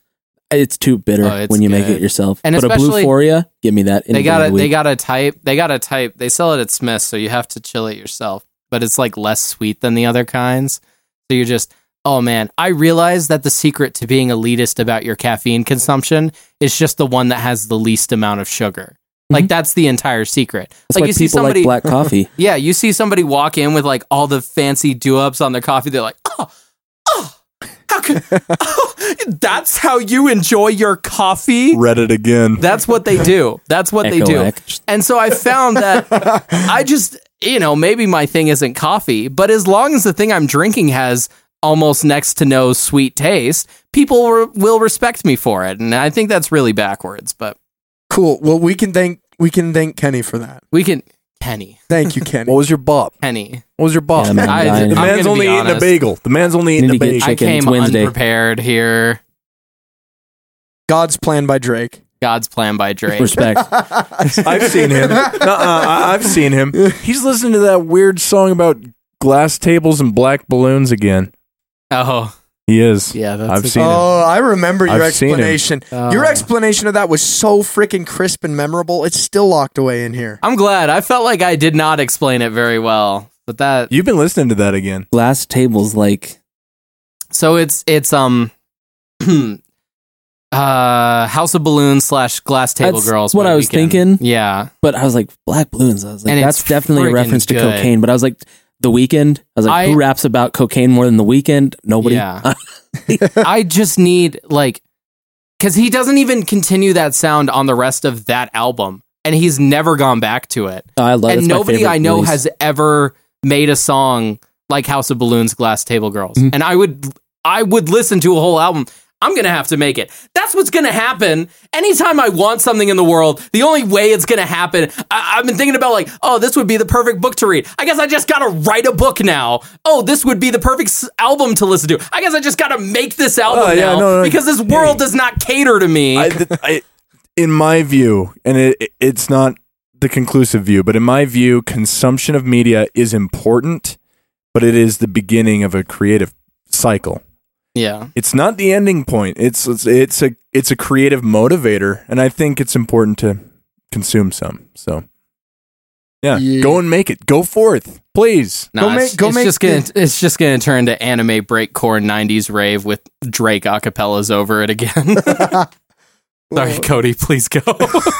Speaker 3: It's too bitter
Speaker 2: Oh, it's
Speaker 3: when you make
Speaker 2: good.
Speaker 3: it yourself.
Speaker 2: And
Speaker 3: but a
Speaker 2: especially-
Speaker 3: Bluephoria, give me that.
Speaker 2: They
Speaker 3: any day of
Speaker 2: got a
Speaker 3: the
Speaker 2: they
Speaker 3: week.
Speaker 2: got a type. They got a type. They sell it at Smith's, so you have to chill it yourself. But it's like less sweet than the other kinds. So you're just, oh man, I realize that the secret to being elitist about your caffeine consumption is just the one that has the least amount of sugar. Like that's the entire secret.
Speaker 3: Mm-hmm. That's
Speaker 2: like
Speaker 3: why
Speaker 2: you
Speaker 3: people
Speaker 2: see somebody
Speaker 3: like
Speaker 2: [laughs]
Speaker 3: black coffee.
Speaker 2: Yeah, you see somebody walk in with like all the fancy do ups on their coffee. They're like, oh, oh, how could, [laughs] oh, that's how you enjoy your coffee.
Speaker 1: Read it again.
Speaker 2: That's what they do. That's what they
Speaker 3: Echo
Speaker 2: do.
Speaker 3: Mac.
Speaker 2: And so I found that I just, you know, maybe my thing isn't coffee, but as long as the thing I'm drinking has almost next to no sweet taste, people re- will respect me for it. And I think that's really backwards, but
Speaker 4: cool. Well, we can thank we can thank Kenny for that.
Speaker 2: we can. Penny,
Speaker 4: [laughs] Thank you,
Speaker 1: What
Speaker 4: Kenny.
Speaker 1: was your bop?
Speaker 2: Penny.
Speaker 1: What was your bop? [laughs]
Speaker 3: Yeah, man,
Speaker 2: I-
Speaker 3: I'm
Speaker 1: the
Speaker 3: dying.
Speaker 2: I'm
Speaker 1: man's
Speaker 2: gonna
Speaker 1: only
Speaker 2: be
Speaker 1: eating a
Speaker 2: honest.
Speaker 1: bagel. The man's only eating
Speaker 3: Need
Speaker 1: a
Speaker 3: to get
Speaker 1: bagel.
Speaker 2: I
Speaker 3: Chicken, it's
Speaker 2: came
Speaker 3: Wednesday.
Speaker 2: unprepared here.
Speaker 4: God's plan by [laughs] Drake.
Speaker 2: God's plan by Drake.
Speaker 3: Respect.
Speaker 1: I've seen
Speaker 4: [laughs]
Speaker 1: him. Nuh-uh, I- I've seen him. He's listening to that weird song about glass tables and black balloons again.
Speaker 2: Oh,
Speaker 1: He is.
Speaker 2: yeah, that's
Speaker 1: I've
Speaker 2: a-
Speaker 1: seen him.
Speaker 4: Oh, I remember your
Speaker 1: I've seen him.
Speaker 4: explanation. Your
Speaker 2: Oh.
Speaker 4: explanation of that was so freaking crisp and memorable. It's still locked away in here. [laughs]
Speaker 2: I'm glad. I felt like I did not explain it very well, but that.
Speaker 1: You've been listening to that again.
Speaker 3: Glass tables, like
Speaker 2: So it's it's um, [clears throat] uh, House of Balloons slash Glass Table
Speaker 3: That's
Speaker 2: Girls.
Speaker 3: what
Speaker 2: by
Speaker 3: I was
Speaker 2: Weeknd.
Speaker 3: thinking. [laughs]
Speaker 2: Yeah,
Speaker 3: but I was like black balloons. I was like,
Speaker 2: And
Speaker 3: that's
Speaker 2: it's
Speaker 3: definitely a
Speaker 2: friggin'
Speaker 3: reference to
Speaker 2: good.
Speaker 3: cocaine. But I was like, the weekend. I was like,
Speaker 2: I-
Speaker 3: who raps about cocaine more than the weekend? Nobody.
Speaker 2: Yeah. I just need like, because he doesn't even continue that sound on the rest of that album, and he's never gone back to it.
Speaker 3: [laughs] I love.
Speaker 2: and
Speaker 3: that's my
Speaker 2: nobody
Speaker 3: favorite
Speaker 2: I know
Speaker 3: release.
Speaker 2: has ever made a song like House of Balloons, Glass Table Girls,
Speaker 1: Mm-hmm.
Speaker 2: and I would I would listen to a whole album. I'm gonna have to make it. That's what's gonna happen. Anytime I want something in the world, the only way it's gonna happen. I, I've been thinking about like, oh, this would be the perfect book to read. I guess I just gotta write a book now. Oh, this would be the perfect s- album to listen to. I guess I just gotta make this album
Speaker 1: Oh, yeah,
Speaker 2: now
Speaker 1: no, no,
Speaker 2: because this world does not cater to me.
Speaker 1: I, th- I, in my view, and it, it's not the conclusive view, but in my view, consumption of media is important, but it is the beginning of a creative cycle.
Speaker 2: yeah,
Speaker 1: It's not the ending point. It's it's, it's a it's a creative motivator, and I think it's important to consume some. So, yeah,
Speaker 4: Yeah.
Speaker 1: go and make it. Go forth, please.
Speaker 2: No,
Speaker 4: Go
Speaker 2: it's,
Speaker 4: make- go
Speaker 2: it's
Speaker 4: make
Speaker 2: just gonna it's just gonna turn to anime breakcore '90s rave with Drake acapellas over it again. [laughs]
Speaker 4: [laughs]
Speaker 2: Sorry, Cody, please go.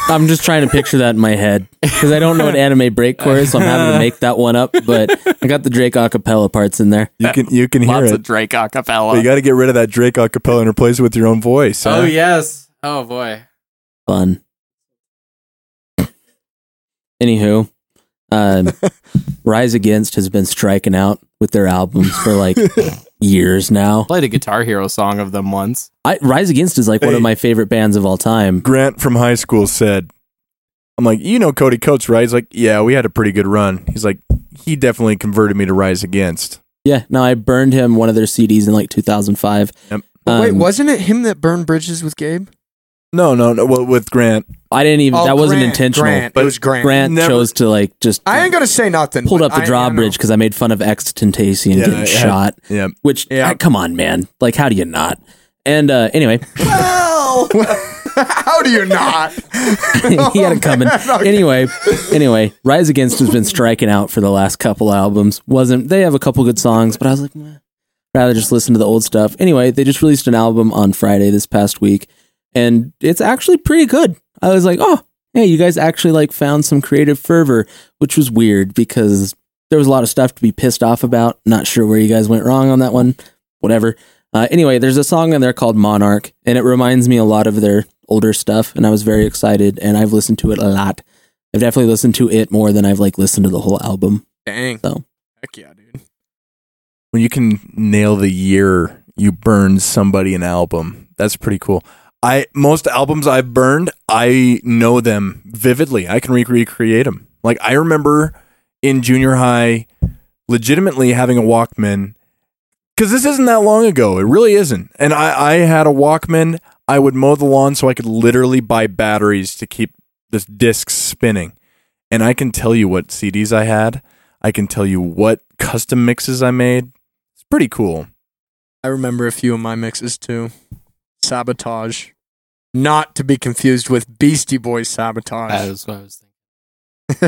Speaker 3: I'm just trying to picture that in my head because I don't know what anime breakcore is, so I'm having to make that one up. But I got the Drake acapella parts in there.
Speaker 1: You can you can hear
Speaker 2: [laughs] Lots
Speaker 1: it.
Speaker 2: of Drake
Speaker 1: But you
Speaker 2: acapella.
Speaker 1: got to get rid of that Drake acapella and replace it with your own voice.
Speaker 2: Oh
Speaker 1: huh?
Speaker 2: yes. Oh boy.
Speaker 3: Fun. Anywho, um, Rise Against has been striking out with their albums for like years now.
Speaker 2: Played a Guitar Hero song of them once.
Speaker 3: I, Rise Against is like one
Speaker 1: Hey.
Speaker 3: of my favorite bands of all time.
Speaker 1: Grant from high school said, I'm like, you know Cody Coates, right? He's like, yeah, we had a pretty good run. He's like, he definitely converted me to Rise Against.
Speaker 3: Yeah, no, I burned him one of their CDs in like 2005.
Speaker 1: Yep.
Speaker 4: Wait,
Speaker 3: Um,
Speaker 4: wasn't it him that burned bridges with Gabe?
Speaker 1: No, no, no. Well, with Grant,
Speaker 3: I didn't even.
Speaker 4: Oh,
Speaker 3: that wasn't
Speaker 4: Grant,
Speaker 3: intentional.
Speaker 4: Grant.
Speaker 1: But
Speaker 4: it was Grant.
Speaker 3: Grant
Speaker 1: Never-
Speaker 3: chose to like just
Speaker 4: I ain't gonna say nothing.
Speaker 3: pulled
Speaker 4: but
Speaker 3: up the
Speaker 4: I- I
Speaker 3: drawbridge because I, made fun of Extentacion
Speaker 1: Yeah,
Speaker 3: getting
Speaker 1: I- I-
Speaker 3: shot.
Speaker 1: yeah,
Speaker 3: Which,
Speaker 4: Yeah.
Speaker 3: ah, come on, man! Like, how do you not? And uh, anyway,
Speaker 4: know. [laughs] How do you not?
Speaker 3: [laughs] he had it coming.
Speaker 4: [laughs] okay.
Speaker 3: Anyway, anyway, Rise Against has been striking out for the last couple albums. Wasn't they have a couple good songs, but I was like, "Meh." rather just listen to the old stuff. Anyway, they just released an album on Friday this past week, and it's actually pretty good. I was like, oh, hey, you guys actually like found some creative fervor, which was weird because there was a lot of stuff to be pissed off about. Not sure where you guys went wrong on that one. Whatever. Uh, anyway, there's a song on there called Monarch, and it reminds me a lot of their older stuff, and I was very excited. And I've listened to it a lot. I've definitely listened to it more than I've like listened to the whole album.
Speaker 4: Dang.
Speaker 3: So.
Speaker 4: Heck yeah, dude.
Speaker 1: when you can nail the year you burned somebody an album that's pretty cool i most albums i've burned i know them vividly i can re- recreate them like i remember in junior high legitimately having a walkman because this isn't that long ago it really isn't and I, I had a walkman i would mow the lawn so i could literally buy batteries to keep this disc spinning and i can tell you what cds i had i can tell you what custom mixes i made it's pretty cool
Speaker 4: I remember a few of my mixes too. Sabotage. Not to be confused with Beastie Boys
Speaker 2: That
Speaker 4: Sabotage.
Speaker 2: was what I was thinking.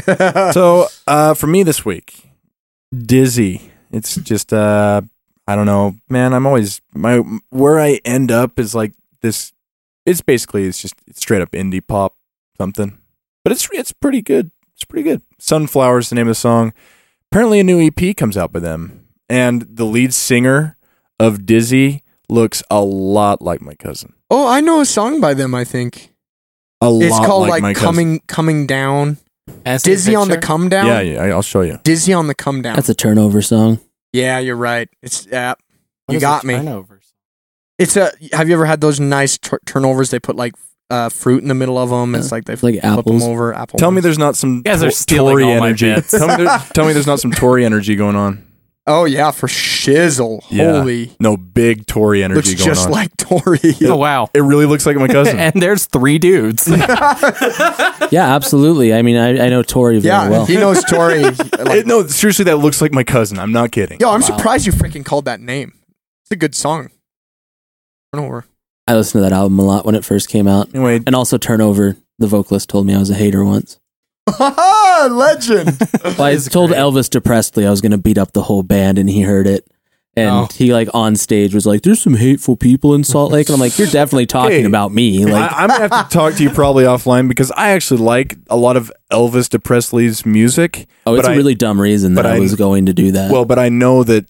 Speaker 4: [laughs] Ah.
Speaker 1: so uh, for me this week dizzy it's just uh, i don't know man i'm always my where i end up is like this it's basically it's just it's straight up indie pop something but it's it's pretty good it's pretty good sunflowers the name of the song apparently a new ep comes out by them and the lead singer of dizzy looks a lot like my cousin
Speaker 4: oh, I know a song by them, I think.
Speaker 1: a
Speaker 4: It's
Speaker 1: lot
Speaker 4: called
Speaker 1: like,
Speaker 4: like,
Speaker 1: my cousin.
Speaker 4: Coming Coming Down.
Speaker 2: Can I see a
Speaker 4: Dizzy on the
Speaker 2: picture?
Speaker 4: Come Down.
Speaker 1: yeah, yeah I- i'll show you
Speaker 4: Dizzy on the Come Down.
Speaker 3: That's a turnover song.
Speaker 4: yeah, you're right. It's yeah.
Speaker 2: What
Speaker 4: You
Speaker 2: is
Speaker 4: got
Speaker 2: the
Speaker 4: me.
Speaker 2: turnovers?
Speaker 4: It's a have you ever had those nice tur turnovers they put like uh, fruit in the middle of them. It's like they
Speaker 3: It's like
Speaker 4: flip them
Speaker 3: apples.
Speaker 4: over apple.
Speaker 1: Tell me there's not some
Speaker 2: guys are
Speaker 1: to-
Speaker 2: stealing
Speaker 1: Tory
Speaker 2: all my
Speaker 1: energy.
Speaker 2: bits.
Speaker 1: tell, me
Speaker 2: [laughs]
Speaker 1: there- tell me there's not some Tory energy going on.
Speaker 4: Oh yeah, for shizzle.
Speaker 1: Yeah.
Speaker 4: Holy.
Speaker 1: No big Tory energy
Speaker 4: Looks
Speaker 1: going
Speaker 4: just
Speaker 1: on.
Speaker 4: like
Speaker 1: [laughs]
Speaker 4: Tori.
Speaker 2: Oh wow!
Speaker 1: it really looks like my cousin.
Speaker 2: [laughs] and there's three dudes.
Speaker 3: Yeah, absolutely. I mean, I, I know Tori very
Speaker 4: yeah,
Speaker 3: well.
Speaker 4: he knows
Speaker 1: [laughs]
Speaker 4: Tori.
Speaker 1: It- no, seriously, that looks like my cousin. I'm not kidding.
Speaker 4: Yo, I'm surprised you freaking called that name. It's a good song. Turnover.
Speaker 3: I listened to that album a lot when it first came out,
Speaker 2: [laughs]
Speaker 1: Anyway,
Speaker 3: and also Turnover. The vocalist told me I was a hater once.
Speaker 4: Legend.
Speaker 3: [laughs] Well, I told Elvis to Presley I was going to beat up the whole band, and he heard it. And
Speaker 2: Oh.
Speaker 3: he like on stage was like, "There's some hateful people in Salt Lake," and I'm like, "You're definitely talking
Speaker 1: Hey.
Speaker 3: about me." Like,
Speaker 1: I, I'm gonna have to talk to you probably offline because I actually like a lot of Elvis de Presley's music.
Speaker 3: oh, it's
Speaker 1: but
Speaker 3: a
Speaker 1: I-
Speaker 3: really dumb reason that
Speaker 1: but
Speaker 3: I,
Speaker 1: I-
Speaker 3: was going to do that.
Speaker 1: Well, but I know that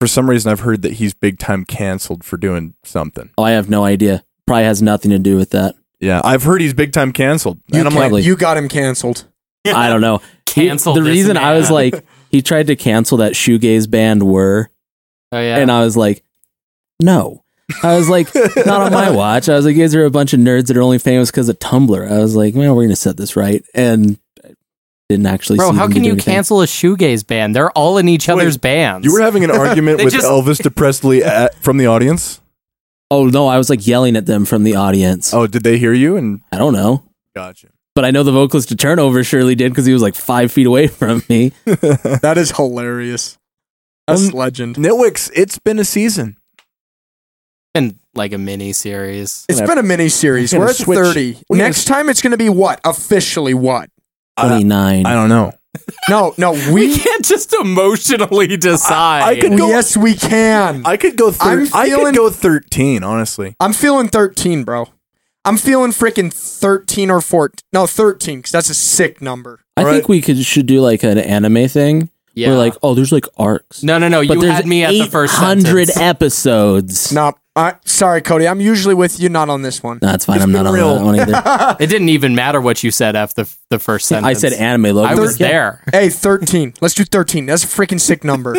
Speaker 1: for some reason I've heard that he's big time canceled for doing something.
Speaker 3: oh, I have no idea. Probably has nothing to do with that.
Speaker 1: Yeah, I've heard he's big time canceled, and I'm like,
Speaker 3: probably-
Speaker 4: you got
Speaker 1: [laughs]
Speaker 4: him canceled.
Speaker 3: I don't know. He-
Speaker 2: [laughs] Cancel
Speaker 3: the
Speaker 2: this
Speaker 3: reason I was
Speaker 2: man.
Speaker 3: like, he tried to cancel that shoegaze band were,
Speaker 2: [laughs] Oh yeah.
Speaker 3: and I was like, no. I was like, not
Speaker 2: [laughs]
Speaker 3: on my watch. I was like, you guys are a bunch of nerds that are only famous because of Tumblr. I was like, well, we're gonna set this right, and I didn't actually.
Speaker 2: Bro,
Speaker 3: see
Speaker 2: how
Speaker 3: them
Speaker 2: can
Speaker 3: do
Speaker 2: you
Speaker 3: anything.
Speaker 2: cancel a shoegaze band? They're all in each other's bands.
Speaker 1: you were having an argument
Speaker 2: They
Speaker 1: with
Speaker 2: just-
Speaker 1: Elvis de Presley at, from the audience.
Speaker 3: Oh no, I was like yelling at them from the audience.
Speaker 1: Oh, did they hear you? And
Speaker 3: I don't know,
Speaker 1: gotcha.
Speaker 3: but I know the vocalist to Turnover surely did because he was like five feet away [laughs] from me.
Speaker 4: That is hilarious. That's
Speaker 1: Um,
Speaker 4: legend.
Speaker 1: Nitwicks, it's been a season.
Speaker 2: and like a mini series.
Speaker 4: It's been a mini series.
Speaker 1: I'm gonna
Speaker 4: We're at
Speaker 1: switch-
Speaker 4: 30.
Speaker 1: we're gonna
Speaker 4: Next time it's going to be what? Officially what?
Speaker 3: Twenty nine.
Speaker 1: I don't know.
Speaker 4: No, no,
Speaker 2: We
Speaker 4: we
Speaker 2: can't just emotionally decide.
Speaker 1: I could-
Speaker 4: Yes, we can.
Speaker 1: I could go. Thir-
Speaker 4: I'm
Speaker 1: I could
Speaker 4: feeling-
Speaker 1: go thirteen. Honestly,
Speaker 4: I'm feeling 13, bro. I'm feeling freaking 13 or 14. No, 13 cuz that's a sick number.
Speaker 3: I think we could should do like an anime thing.
Speaker 2: Yeah.
Speaker 3: We're like, oh, there's like arcs.
Speaker 2: no, no, no.
Speaker 3: but
Speaker 2: You
Speaker 3: there's
Speaker 2: had me at the first
Speaker 3: hundred
Speaker 2: sentence.
Speaker 3: episodes.
Speaker 4: No, I, sorry, Cody. I'm usually with you, not on this one.
Speaker 3: No, that's fine. I'm not on
Speaker 1: real.
Speaker 3: that
Speaker 2: [laughs]
Speaker 3: one either.
Speaker 2: It didn't even matter what you said after the, the first sentence.
Speaker 3: I said anime. Logan.
Speaker 2: I was there.
Speaker 4: Hey, 13. Let's do 13. That's a freaking sick number.